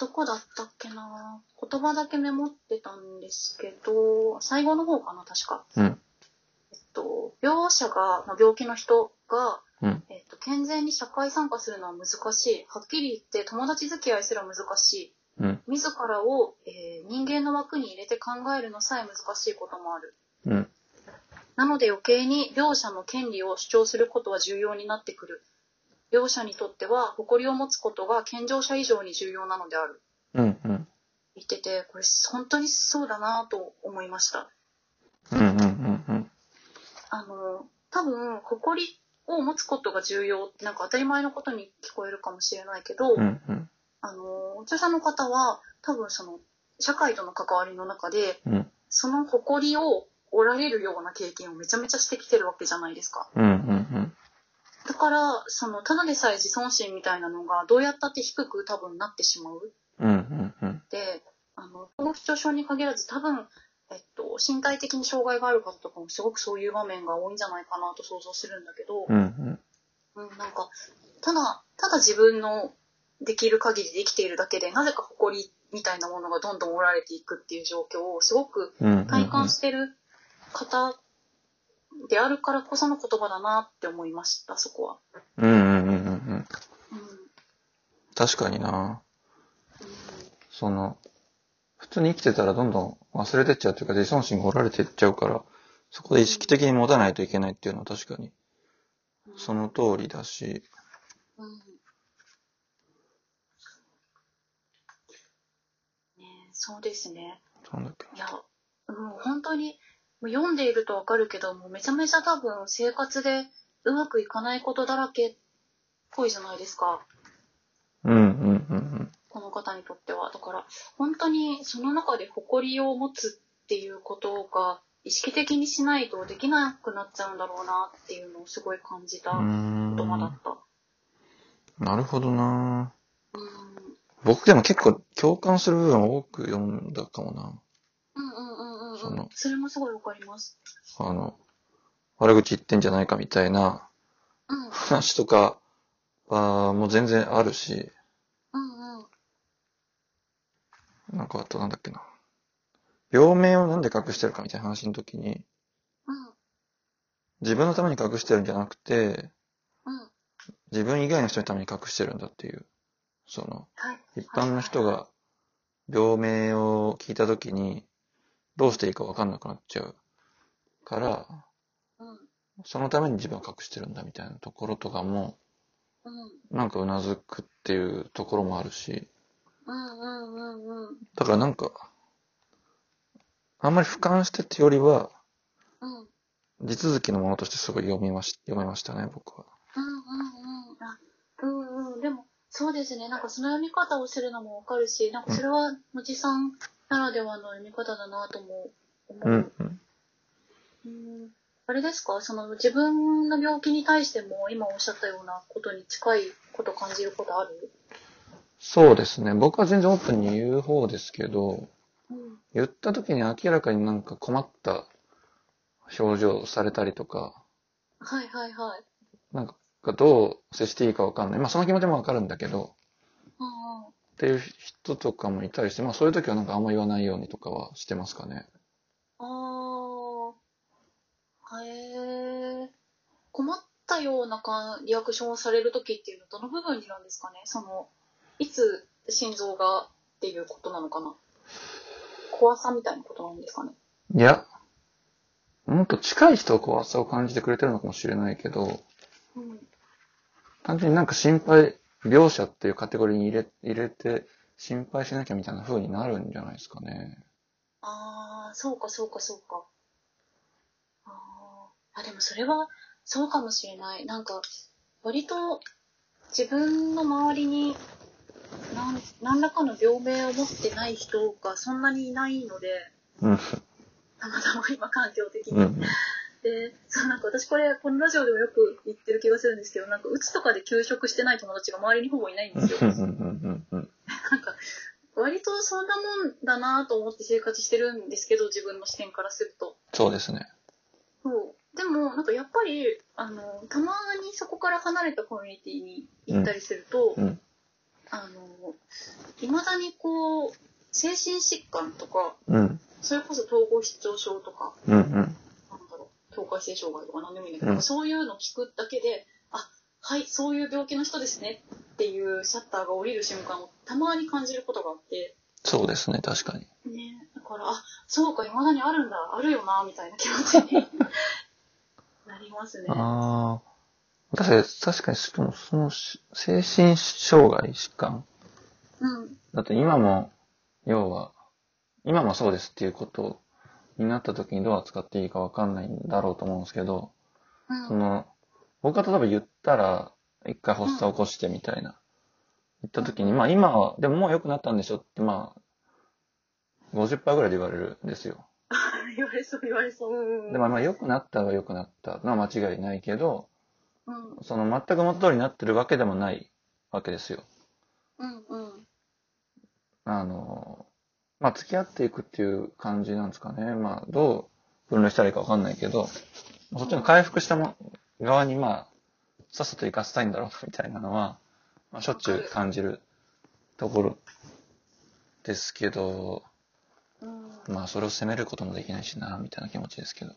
Speaker 2: どこだったっけな言葉だけメモってたんですけど最後の方かな確か、
Speaker 1: うん
Speaker 2: えっと、病者が、まあ、病気の人が、
Speaker 1: うん
Speaker 2: えっと、健全に社会参加するのは難しいはっきり言って友達付き合いすら難しい
Speaker 1: うん。
Speaker 2: 自らを、えー人間の枠に入れて考えるのさえ難しいこともある
Speaker 1: うん。
Speaker 2: なので余計に両者の権利を主張することは重要になってくる。両者にとっては誇りを持つことが健常者以上に重要なのである。
Speaker 1: うんうん。
Speaker 2: 言ってて、これ本当にそうだなと思いました。
Speaker 1: うんうんうんうん。
Speaker 2: あの、多分、誇りを持つことが重要ってなんか当たり前のことに聞こえるかもしれないけど、
Speaker 1: うんうん。
Speaker 2: あの、著者の方は多分その社会との関わりの中で、
Speaker 1: うん
Speaker 2: その誇りを折られるような経験をめちゃめちゃしてきてるわけじゃないですか。
Speaker 1: うんうん
Speaker 2: だから、その、ただでさえ自尊心みたいなのが、どうやったって低く多分なってしまう
Speaker 1: うん。うんうんうん。
Speaker 2: で、あの、この不調症に限らず多分、えっと、身体的に障害がある方とかもすごくそういう場面が多いんじゃないかなと想像するんだけど
Speaker 1: う、んうん。
Speaker 2: うん、なんか、ただ、ただ自分のできる限りで生きているだけで、なぜか誇りみたいなものがどんどん折られていくっていう状況をすごく
Speaker 1: うんうん。
Speaker 2: 体感してる方であるからこその言葉だなって思いました、そこは。
Speaker 1: うんうんうんうんうん。
Speaker 2: うん
Speaker 1: 確かにな。
Speaker 2: うん
Speaker 1: その、普通に生きてたらどんどん忘れてっちゃうというか、自尊心が折られてっちゃうから、そこで意識的に持たないといけないっていうのは確かにその通りだし、
Speaker 2: うんねえそうですね。
Speaker 1: なんだっけ
Speaker 2: いや、うん、本当に、もう読んでいるとわかるけど、もうめちゃめちゃ多分生活でうまくいかないことだらけっぽいじゃないですか。
Speaker 1: うんうんうんうん。
Speaker 2: この方にとっては。だから、本当にその中で誇りを持つっていうことが意識的にしないとできなくなっちゃうんだろうなっていうのをすごい感じた
Speaker 1: うー
Speaker 2: 言葉だ
Speaker 1: ん
Speaker 2: った。
Speaker 1: なるほどな
Speaker 2: うん。
Speaker 1: 僕でも結構共感する部分多く読んだかもな。
Speaker 2: うんうんうん
Speaker 1: そ
Speaker 2: うんうん
Speaker 1: の。
Speaker 2: それもすごいわかります。
Speaker 1: あの、悪口言ってんじゃないかみたいな
Speaker 2: うん。
Speaker 1: 話とかはもう全然あるし、
Speaker 2: うんうん。
Speaker 1: なんかあとなんだっけな。病名をなんで隠してるかみたいな話の時に、
Speaker 2: うん。
Speaker 1: 自分のために隠してるんじゃなくて、
Speaker 2: うん。
Speaker 1: 自分以外の人のために隠してるんだっていう、その、
Speaker 2: はい。
Speaker 1: 一般の人が病名を聞いた時に、どうしていいかわかんなくなっちゃうから、
Speaker 2: うん。うん。
Speaker 1: そのために自分を隠してるんだみたいなところとかも、なんかうなずくっていうところもあるし、
Speaker 2: うんうんうんうん。
Speaker 1: だからなんか、あんまり俯瞰してってよりは、
Speaker 2: うん。
Speaker 1: 地続きのものとしてすごい読みまし、読めましたね、僕は。
Speaker 2: うんうんうん。あ、うんうん。でも、そうですね。なんかその読み方をするのもわかるし、なんかそれは、もちさんならではの読み方だなとも思う。
Speaker 1: うん、うん。
Speaker 2: うんあれですかその自分の病気に対しても、今おっしゃったようなことに近いこと感じることある
Speaker 1: そうですね。僕は全然オープンに言う方ですけど、
Speaker 2: うん。
Speaker 1: 言った時に明らかになんか困った表情をされたりとか、
Speaker 2: はいはいはい。
Speaker 1: なんかどう接していいかわかんない。まあその気持ちもわかるんだけど、
Speaker 2: うんうん。
Speaker 1: っていう人とかもいたりして、まあそういう時はなんかあんま言わないようにとかはしてますかね。
Speaker 2: ああ、へえ。困ったようなかんリアクションをされるときっていうのはどの部分になんですかねその、いつ心臓がっていうことなのかな怖さみたいなことなんですかね
Speaker 1: いや、もっと近い人は怖さを感じてくれてるのかもしれないけど、
Speaker 2: うん。
Speaker 1: 単純になんか心配、描写っていうカテゴリーに入れ入れて心配しなきゃみたいな風になるんじゃないですかね。
Speaker 2: ああ、そうかそうかそうか。あーあ、でもそれはそうかもしれない。なんか、割と自分の周りになん何らかの病名を持ってない人がそんなにいないので、
Speaker 1: うん。
Speaker 2: たまたま今環境的に。
Speaker 1: うん。
Speaker 2: で、そうなんか私これ、このラジオでもよく言ってる気がするんですけど、なんかうちとかで休職してない友達が周りにほぼいないんですよ。
Speaker 1: うん。 うん。うん。
Speaker 2: なんか、割とそんなもんだなと思って生活してるんですけど、自分の視点からすると。
Speaker 1: そうですね。
Speaker 2: そう。でも、なんかやっぱり、あの、たまにそこから離れたコミュニティに行ったりすると、
Speaker 1: うん。
Speaker 2: あの、いまだにこう、精神疾患とか、
Speaker 1: うん。
Speaker 2: それこそ統合失調症とか、
Speaker 1: うん。うん。
Speaker 2: なんだろう、境界性障害とか何でもいいんだけど、
Speaker 1: うん
Speaker 2: なんかそういうの聞くだけで、あ、はい、そういう病気の人ですねっていうシャッターが降りる瞬間をたまに感じることがあって、
Speaker 1: そうですね、確かに。
Speaker 2: ね、だから、あ、そうか、いまだにあるんだ、あるよな、みたいな気持ちに なりますね。
Speaker 1: ああ。確かに、確かに、しかも、そのし、精神障害疾患。
Speaker 2: うん。
Speaker 1: だって今も、要は、今もそうですっていうことになった時にどう扱っていいかわかんないんだろうと思うんですけど、
Speaker 2: うん
Speaker 1: その、僕が例えば言ったら、一回発作起こしてみたいな、言った時に、まあ今は、でももう良くなったんでしょって、まあ、50%ぐらいで言われるんですよ。
Speaker 2: 言われそう言われそう。うんうん
Speaker 1: でもまあ良くなったは良くなったのは間違いないけど、
Speaker 2: うん
Speaker 1: その全く元通りになってるわけでもないわけですよ。
Speaker 2: うんうん
Speaker 1: あの、まあ付き合っていくっていう感じなんですかね。まあどう分類したらいいかわかんないけど、そっちの回復したも側にまあ、さっさと行かせたいんだろうみたいなのは、まあしょっちゅう感じるところですけど、
Speaker 2: うん。
Speaker 1: まあそれを責めることもできないしな、みたいな気持ちですけど。
Speaker 2: い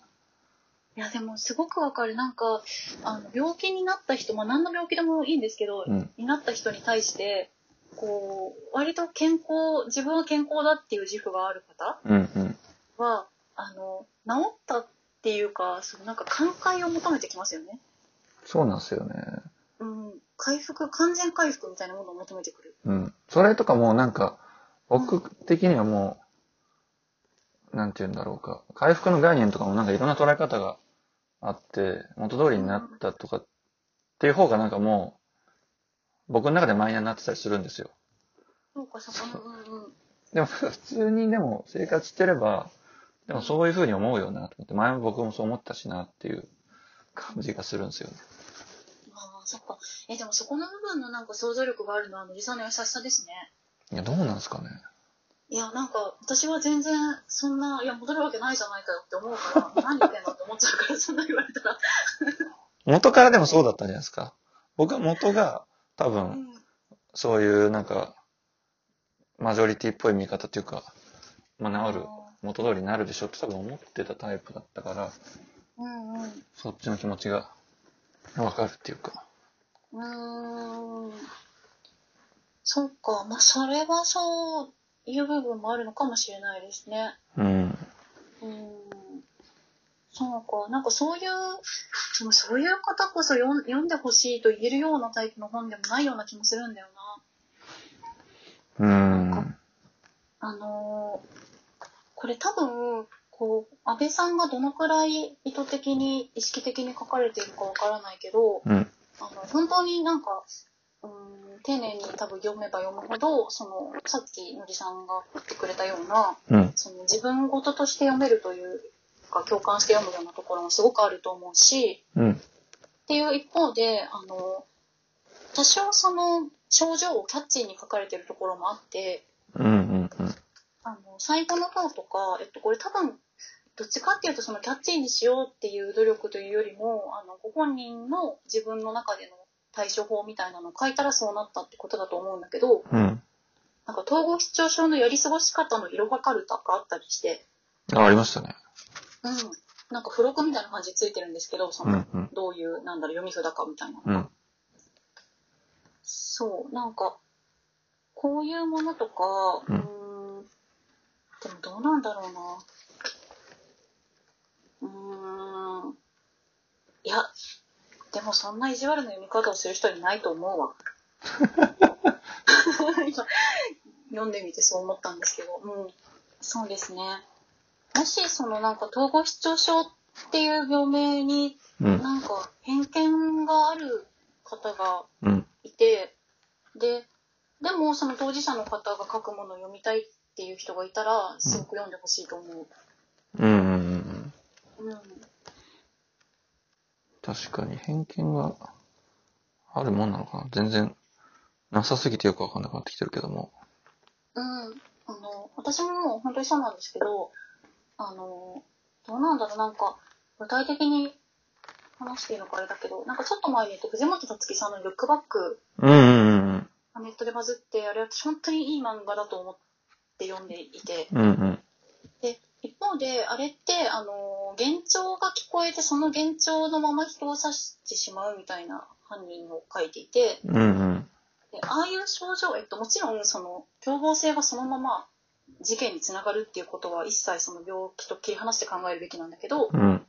Speaker 2: やでもすごくわかる。なんか、あの、病気になった人、まあ何の病気でもいいんですけど、
Speaker 1: うん。
Speaker 2: になった人に対して、こう、割と健康、自分は健康だっていう自負がある方
Speaker 1: うんうん。
Speaker 2: は、あの、治ったっていうか、そのなんか寛解を求めてきますよね。
Speaker 1: そうなんですよね。
Speaker 2: うん。回復、完全回復みたいなものを求めてくる。
Speaker 1: うん。それとかもうなんか、僕的にはもう、なんて言うんだろうか、回復の概念とかもなんかいろんな捉え方があって、元通りになったとかっていう方がなんかもう、僕の中でマイナーになってたりするんですよ。
Speaker 2: そうか、そうか、うんうんうん。
Speaker 1: でも普通にでも生活してれば、でもそういう風に思うよなと思って、前も僕もそう思ったしなっていう感じがするんですよね。
Speaker 2: ああ、そっか。え、でもそこの部分のなんか想像力があるのは、のりさんの優しさですね。
Speaker 1: いや、どうなんですかね。
Speaker 2: いや、なんか、私は全然、そんな、いや、戻るわけないじゃないかよって思うから、何言ってんのって思っちゃうから、そんな言われたら。
Speaker 1: 元からでもそうだったんじゃないですか。僕は元が多
Speaker 2: う
Speaker 1: 分、
Speaker 2: ん。
Speaker 1: そういうなんか、マジョリティっぽい見方っていうか、まあ、治る、元通りになるでしょって多分思ってたタイプだったから、
Speaker 2: うんうん。
Speaker 1: そっちの気持ちがわかるっていうか。
Speaker 2: うーんそっか、まあ、それはそういう部分もあるのかもしれないですね。
Speaker 1: うん。
Speaker 2: うーん。そうか、なんかそういう、でもそういう方こそ読ん読んでほしいと言えるようなタイプの本でもないような気もするんだよ
Speaker 1: うん。
Speaker 2: な。あのーこれ多分、こう、安倍さんがどのくらい意図的に、意識的に書かれているかわからないけど、
Speaker 1: うん。
Speaker 2: あの本当になんか、うーん、丁寧に多分読めば読むほど、その、さっきのりさんが言ってくれたような、
Speaker 1: うん。
Speaker 2: その自分事として読めるというか、共感して読むようなところもすごくあると思うし、
Speaker 1: うん。
Speaker 2: っていう一方で、あの、多少その症状をキャッチーに書かれてるところもあって、
Speaker 1: うん。うん。
Speaker 2: あの、最後の方とか、えっと、これ多分、どっちかっていうと、そのキャッチーにしようっていう努力というよりも、あの、ご本人の自分の中での対処法みたいなのを書いたらそうなったってことだと思うんだけど、
Speaker 1: うん。
Speaker 2: なんか統合失調症のやり過ごし方の色がかるたがあったりして、
Speaker 1: あ、ありましたね。
Speaker 2: うん。なんか付録みたいな感じでついてるんですけど、そ
Speaker 1: うん
Speaker 2: の、。
Speaker 1: うん。
Speaker 2: どういう、なんだろう、読み札かみたいな。
Speaker 1: うん。
Speaker 2: そう、なんか、こういうものとか、う
Speaker 1: う
Speaker 2: ー
Speaker 1: ん
Speaker 2: ん、でもどうなんだろうな。うーん、いや、でもそんな意地悪な読み方をする人いないと思うわ。 今、読んでみてそう思ったんですけど、うん、そうですね。もし、そのなんか統合失調症っていう病名に
Speaker 1: うん。
Speaker 2: なんか偏見がある方が
Speaker 1: うん。
Speaker 2: いてででもその当事者の方が書くものを読みたいっていう人がいたらすごく読んでほしいと思
Speaker 1: うん。うん。
Speaker 2: う、うん、
Speaker 1: 確かに偏見があるもんなのかな。全然なさすぎてよくわかんなくなってきてるけども。
Speaker 2: うん、あの私も本当にそうなんですけどあのどうなんだろうなんか具体的に話していいのかあれだけどなんかちょっと前に言って藤本つきさんの「ルックバック
Speaker 1: うんうんうん」
Speaker 2: ネットでバズってあれ私本当にいい漫画だと思って読んでいて
Speaker 1: うん。うん
Speaker 2: で一方であれってあの幻聴が聞こえてその幻聴のまま人を刺してしまうみたいな犯人を書いていて
Speaker 1: うん。うんうん。
Speaker 2: でああいう症状、えっと、もちろんその凶暴性がそのまま事件につながるっていうことは一切その病気と切り離して考えるべきなんだけど
Speaker 1: うん。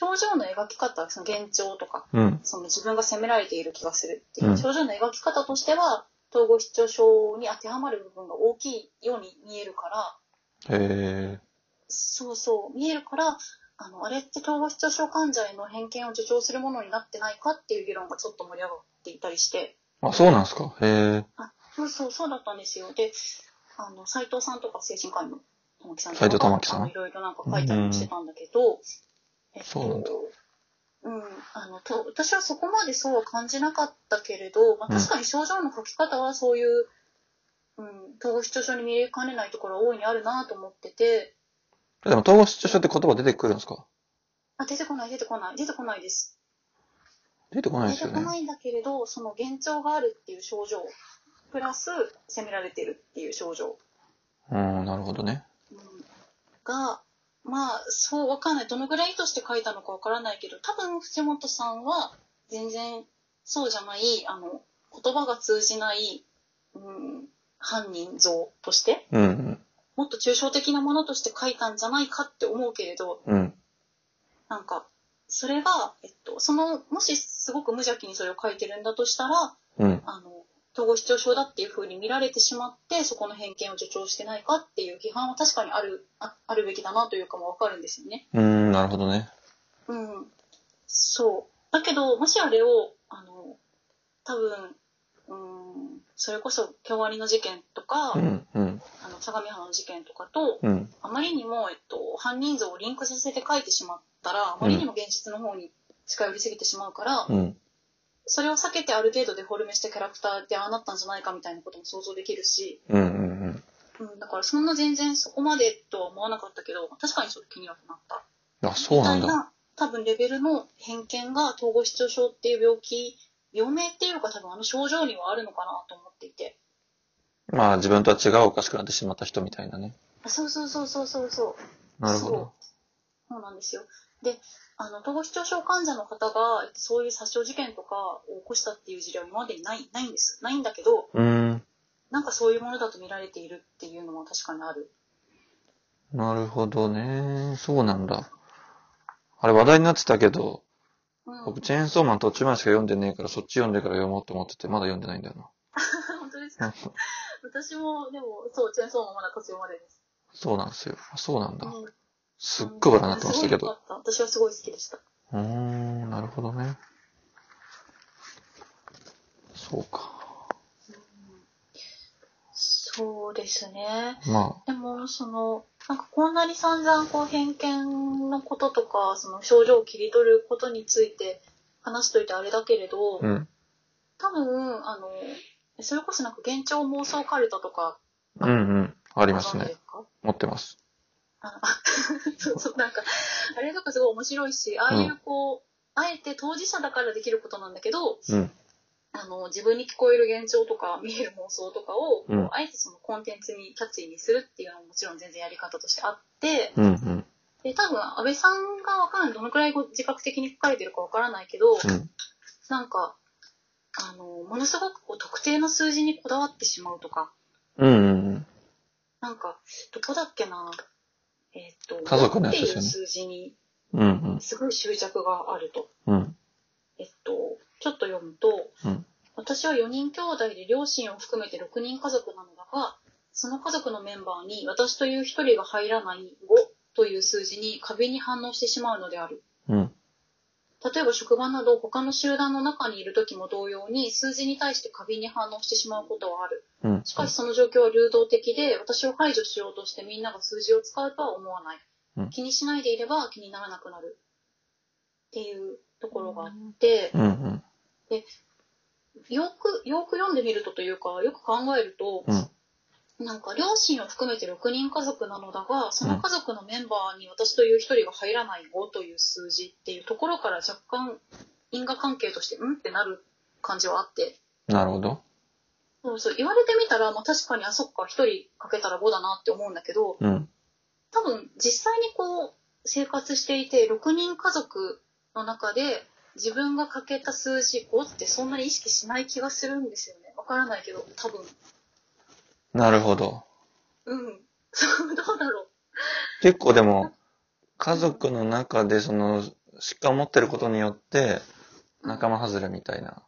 Speaker 2: 症状の描き方その幻聴とか
Speaker 1: うん。
Speaker 2: その自分が責められている気がするっていう、
Speaker 1: うん
Speaker 2: 症状の描き方としては統合失調症に当てはまる部分が大きいように見えるから。
Speaker 1: へえ。
Speaker 2: そうそう、見えるから、あの、あれって統合失調症患者への偏見を助長するものになってないかっていう議論がちょっと盛り上がっていたりして、
Speaker 1: あ、そうなんですか。へえ。
Speaker 2: そうそう、そうだったんですよ。で、あの、斎藤さんとか精神科医の玉木さんとか
Speaker 1: 斉藤玉木さん
Speaker 2: あのいろいろなんか書いたりもしてたんだけど、えっと
Speaker 1: そうなんだ
Speaker 2: うん、あのと私はそこまでそうは感じなかったけれど、まあ、
Speaker 1: うん
Speaker 2: 確かに症状の書き方はそういう、うん、統合失調症に見えかねないところは大いにあるなと思ってて、
Speaker 1: でも統合失調症って言葉出てくるんですか
Speaker 2: あ、出てこない、出てこない、出てこないです。
Speaker 1: 出てこないで
Speaker 2: 出
Speaker 1: す
Speaker 2: て
Speaker 1: よ
Speaker 2: こ
Speaker 1: ね。
Speaker 2: ないんだけれど、その幻聴があるっていう症状、プラス責められてるっていう症状、
Speaker 1: うん、なるほどね。
Speaker 2: うんが、まあ、そうわかんない。どのぐらい意図して書いたのかわからないけど、多分藤本さんは全然そうじゃない、あの、言葉が通じない、うん、犯人像として、
Speaker 1: うん
Speaker 2: もっと抽象的なものとして書いたんじゃないかって思うけれど、
Speaker 1: うん。うん。
Speaker 2: なんか、それが、えっと、その、もしすごく無邪気にそれを書いてるんだとしたら、
Speaker 1: うん。
Speaker 2: あの、統合失調症だっていうふうに見られてしまってそこの偏見を助長してないかっていう批判は確かにあるああるべきだなというかもわかるんですよね。
Speaker 1: うーん、なるほどね。
Speaker 2: うん、そうだけどもしあれをあの多分うんそれこそ京アニの事件とか、
Speaker 1: うん、うん、
Speaker 2: あの相模原の事件とかと
Speaker 1: うん。
Speaker 2: あまりにも、えっと、犯人像をリンクさせて書いてしまったらあまりにも現実の方に近寄りすぎてしまうから、
Speaker 1: うん、
Speaker 2: それを避けてある程度デフォルメしたキャラクターでああなったんじゃないかみたいなことも想像できるし、
Speaker 1: うん、うん。
Speaker 2: うん、だからそんな全然そこまでとは思わなかったけど確かにそれ気にはなった
Speaker 1: うんあ、そうなん
Speaker 2: みたい
Speaker 1: だ。
Speaker 2: な多分レベルの偏見が統合失調症っていう病気病名っていうか多分あの症状にはあるのかなと思っていて
Speaker 1: まあ、自分とは違うおかしくなってしまった人みたいなね。
Speaker 2: あそうそうそうそうそうそう
Speaker 1: なるほ
Speaker 2: そう
Speaker 1: ど。
Speaker 2: そうなんですよであの統合失調症患者の方がえっとそういう殺傷事件とかを起こしたっていう事例は今までにないないんですないんだけど、
Speaker 1: うーん、
Speaker 2: なんかそういうものだと見られているっていうのも確かにある。
Speaker 1: なるほどね。そうなんだ。あれ話題になってたけど、
Speaker 2: うん、
Speaker 1: 僕、チェーンソーマン途中までしか読んでねえから、そっち読んでから読もうと思ってて、まだ読んでないんだよな。
Speaker 2: 本当ですか私も、でも、そう、チェーンソーマンまだ途中までです。
Speaker 1: そうなんですよ。あそうなんだ。
Speaker 2: うん
Speaker 1: すっごい笑いになってましたけ
Speaker 2: す
Speaker 1: ど。
Speaker 2: ごい良かった私はすごい好きでした。
Speaker 1: うーん、なるほどね。そうか。
Speaker 2: そうですね。
Speaker 1: ま
Speaker 2: でも、その、なんかこんなに散々こう偏見のこととか、その症状を切り取ることについて話しといてあれだけれど、
Speaker 1: あ、うん。
Speaker 2: 多分、あの、それこそなんか幻聴妄想カルタとか
Speaker 1: うんうん。あ
Speaker 2: あ
Speaker 1: りますね。持ってます。
Speaker 2: あ そうそう、なんか、あれとかすごい面白いし、ああいうこう、あえて当事者だからできることなんだけど、
Speaker 1: うん。
Speaker 2: あの、自分に聞こえる現状とか、見える妄想とかを、こう
Speaker 1: うん
Speaker 2: あえてそのコンテンツにキャッチーにするっていうのはもちろん全然やり方としてあって、
Speaker 1: うんうん。
Speaker 2: で、多分、安倍さんがわからない、どのくらいご自覚的に書かれてるかわからないけど、
Speaker 1: うん。
Speaker 2: なんか、あの、ものすごくこう特定の数字にこだわってしまうとか、
Speaker 1: うんうんうん。
Speaker 2: なんか、どこだっけな、えっ、と、
Speaker 1: 家族のやつですよね
Speaker 2: 持っている数字に
Speaker 1: うん
Speaker 2: すごい執着があると。
Speaker 1: うん。うん。
Speaker 2: えっと、ちょっと読むと、
Speaker 1: うん
Speaker 2: 私は4人兄弟で両親を含めて6人家族なのだが、その家族のメンバーに私という1人が入らない5という数字に過敏に反応してしまうのである。
Speaker 1: うん。
Speaker 2: 例えば職場など他の集団の中にいる時も同様に数字に対して過敏に反応してしまうことはある。
Speaker 1: うん。
Speaker 2: しかしその状況は流動的で私を排除しようとしてみんなが数字を使うとは思わない。
Speaker 1: うん
Speaker 2: 気にしないでいれば気にならなくなる。っていうところがあって、
Speaker 1: うんうん。
Speaker 2: よく、よく読んでみるとというか、よく考えると、
Speaker 1: うん
Speaker 2: なんか、両親を含めて6人家族なのだが、その家族のメンバーに私という1人が入らない5という数字っていうところから若干、因果関係として、うんってなる感じはあって、
Speaker 1: なるほど。
Speaker 2: そうそう、言われてみたら、まあ確かに、あ、そっか、1人かけたら5だなって思うんだけど、
Speaker 1: うん。
Speaker 2: 多分、実際にこう、生活していて、6人家族の中で、自分がかけた数字5ってそんなに意識しない気がするんですよね。わからないけど、多分。
Speaker 1: なるほど。
Speaker 2: うん。 そう、どうだろ
Speaker 1: 結構でも、家族の中でその、疾患を持ってることによって、
Speaker 2: う。
Speaker 1: 仲間外れみたいな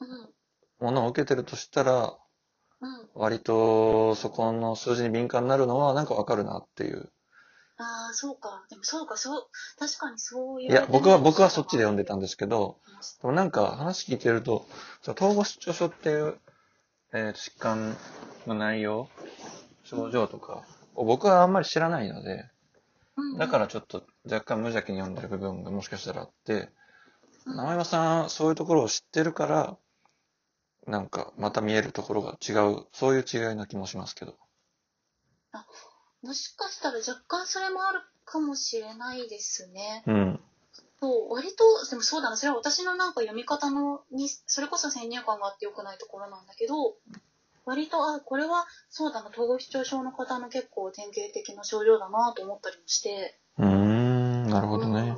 Speaker 2: うん。
Speaker 1: ものを受けてるとしたら、
Speaker 2: うん。
Speaker 1: 割とそこの数字に敏感になるのはなんかわかるなっていう。
Speaker 2: ああ、そうか。でもそうか、そう。確かにそうい。
Speaker 1: いうや、僕は、僕はそっちで読んでたん
Speaker 2: で。
Speaker 1: ですけど、でもなんか話聞いてると、その統合失調症っていう、えー疾患の内容、症状とか、を僕はあんまり知らないので、
Speaker 2: うん、。
Speaker 1: だかららちょっと若干無邪気に読んでる部分がもしかしたらあって、生山さん、そういうところを知ってるから、なんかまた見えるところが違う、そういう違いな気もしますけど。
Speaker 2: もしかしたら若干それもあるかもしれないですね。
Speaker 1: うん。
Speaker 2: そう、割と、でもそうだな。それは私のなんか読み方のに、それこそ先入観があって良くないところなんだけど、割と、あ、これは、そうだな、統合失調症の方の結構典型的な症状だなと思ったりもして、
Speaker 1: うーん、なるほどね。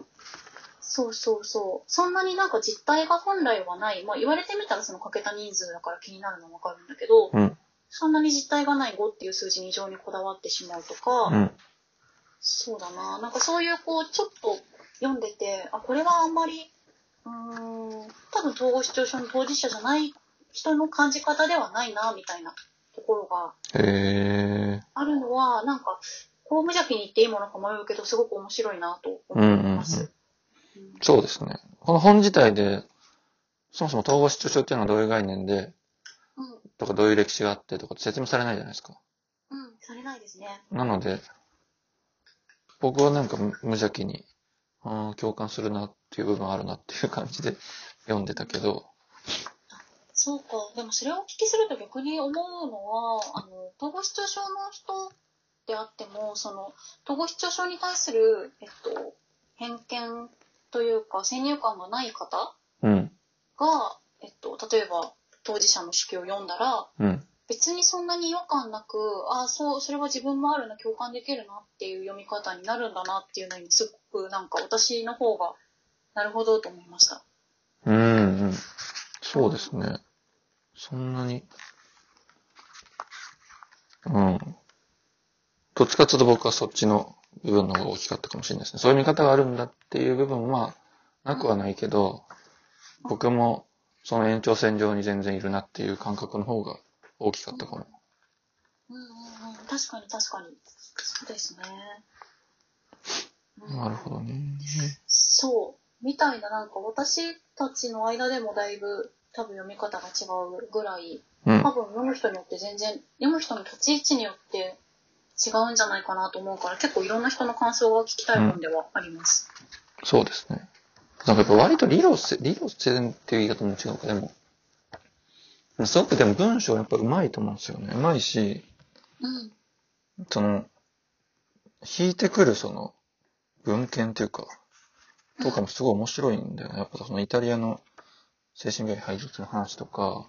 Speaker 2: そうそうそう。そんなになんか実態が本来はない。まあ言われてみたらそのかけた人数だから気になるのはわかるんだけど、
Speaker 1: うん
Speaker 2: そんなに実態がない5っていう数字に異常にこだわってしまうとか、
Speaker 1: うん。
Speaker 2: そうだな。なんかそういうこう、ちょっと読んでて、あ、これはあんまり、うーん、多分統合失調症の当事者じゃない人の感じ方ではないな、みたいなところが
Speaker 1: へえ。
Speaker 2: あるのは、なんか、こう無邪気に言っていいものか迷うけど、すごく面白いなと
Speaker 1: うんう
Speaker 2: 思い
Speaker 1: んうん
Speaker 2: ま。す。うん
Speaker 1: そうですね。この本自体で、そもそも統合失調症っていうのはどういう概念で、
Speaker 2: うん、
Speaker 1: とかどういう歴史があってとかって説明されないじゃないですか。
Speaker 2: うん、されないですね。
Speaker 1: なので、僕はなんか無無邪気に、あー共感するなっていう部分あるなっていう感じで読んでたけど、
Speaker 2: そうか。でもそれをお聞きすると逆に思うのは、あの、統合失調症の人であっても、その、統合失調症に対する、えっと、偏見というか、先入観がない方
Speaker 1: うん、
Speaker 2: が、えっと、例えば、当事者の手記を読んだら、
Speaker 1: うん、
Speaker 2: 別にそんなに違和感なく、ああ、そう、それは自分もあるな、共感できるなっていう読み方になるんだなっていうのに、すごくなんか私の方が、なるほどと思いました。
Speaker 1: うん、うん。そうですね。そんなに、うん。どっちかっていうと僕はそっちの部分の方が大きかったかもしれないですね。そういう見方があるんだっていう部分は、なくはないけど、僕もその延長線上に全然いるなっていう感覚の方が大きかったかも。
Speaker 2: うんうんうん、確かに確かに。そうですね。うん
Speaker 1: なるほどね。
Speaker 2: そう。みたいな、なんか私たちの間でもだいぶ多分読み方が違うぐらい、
Speaker 1: うん
Speaker 2: 多。分読む人によって全然、読む人の立ち位置によって違うんじゃないかなと思うから、結構いろんな人の感想が聞きたい本ではあります。
Speaker 1: そうですね。なんかやっぱ割と理路せ、理路整然っていう言い方も違うか、でも。すごくでも文章やっぱ上手いと思うんですよね。上手いし、
Speaker 2: うん。
Speaker 1: その、引いてくるその、文献っていうか、とかもすごい面白いんだよね。やっぱそのイタリアの精神病院廃絶の話とか、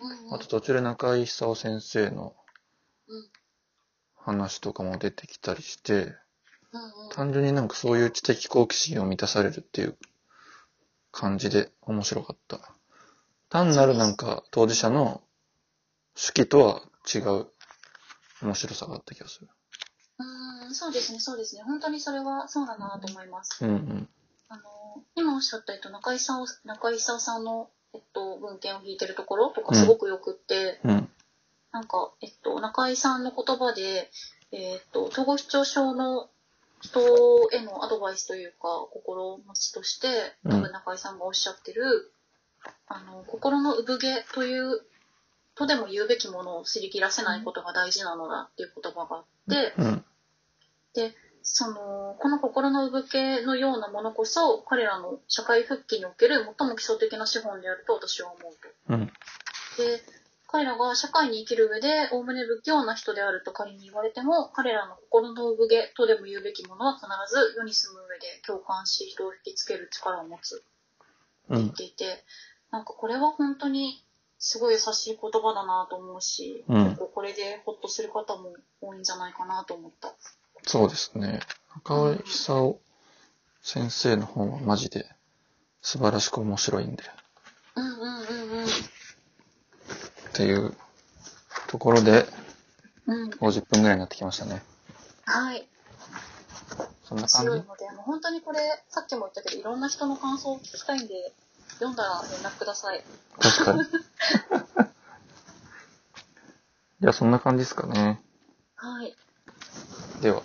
Speaker 2: うん
Speaker 1: あと途中で中井久夫先生の
Speaker 2: うん
Speaker 1: 話とかも出てきたりして、
Speaker 2: うんうん
Speaker 1: 単純になんかそういう知的好奇心を満たされるっていう感じで面白かった。単なるなんか当事者の手記とは違う面白さがあった気がする。
Speaker 2: うん、そうですね、そうですね。本当にそれはそうだなと思います。
Speaker 1: うんうん。
Speaker 2: あの今おっしゃった、えっと、中井さんを中井久夫さんの、えっと、文献を引いてるところとかすごくよくって、
Speaker 1: うん。
Speaker 2: なんか、えっと、中井さんの言葉で、えっと、統合失調症の人へのアドバイスというか、心持ちとして、
Speaker 1: うん
Speaker 2: 多分中井さんがおっしゃってる、あの、心の産毛という、とでも言うべきものをすり切らせないことが大事なのだっていう言葉があって、
Speaker 1: うん。
Speaker 2: その、この心の産毛のようなものこそ、彼らの社会復帰における最も基礎的な資本であると私は思う
Speaker 1: うん。
Speaker 2: と。で、彼らが社会に生きる上で、おおむね不器用な人であると仮に言われても、彼らの心の産毛とでも言うべきものは必ず世に住む上で共感し、人を引きつける力を持つ。
Speaker 1: う
Speaker 2: 言
Speaker 1: ん
Speaker 2: っ。ていて、なんかこれは本当にすごい優しい言葉だなと思うし、
Speaker 1: うん
Speaker 2: 結構これでホッとする方も多いんじゃないかなと思った。
Speaker 1: そうですね。中井久夫先生の本はマジで素晴らしく面白いんで、
Speaker 2: うんうんうん
Speaker 1: っていうところで
Speaker 2: うん。うん。
Speaker 1: 50分ぐらいになってきましたね。
Speaker 2: はい。
Speaker 1: そんな
Speaker 2: 強い
Speaker 1: 感
Speaker 2: ので、あの本当にこれ、さっきも言ったけど、いろんな人の感想を聞きたいんで、読んだら連絡ください。
Speaker 1: じ確かに。じゃあそんな感じですかね。
Speaker 2: はい。
Speaker 1: では。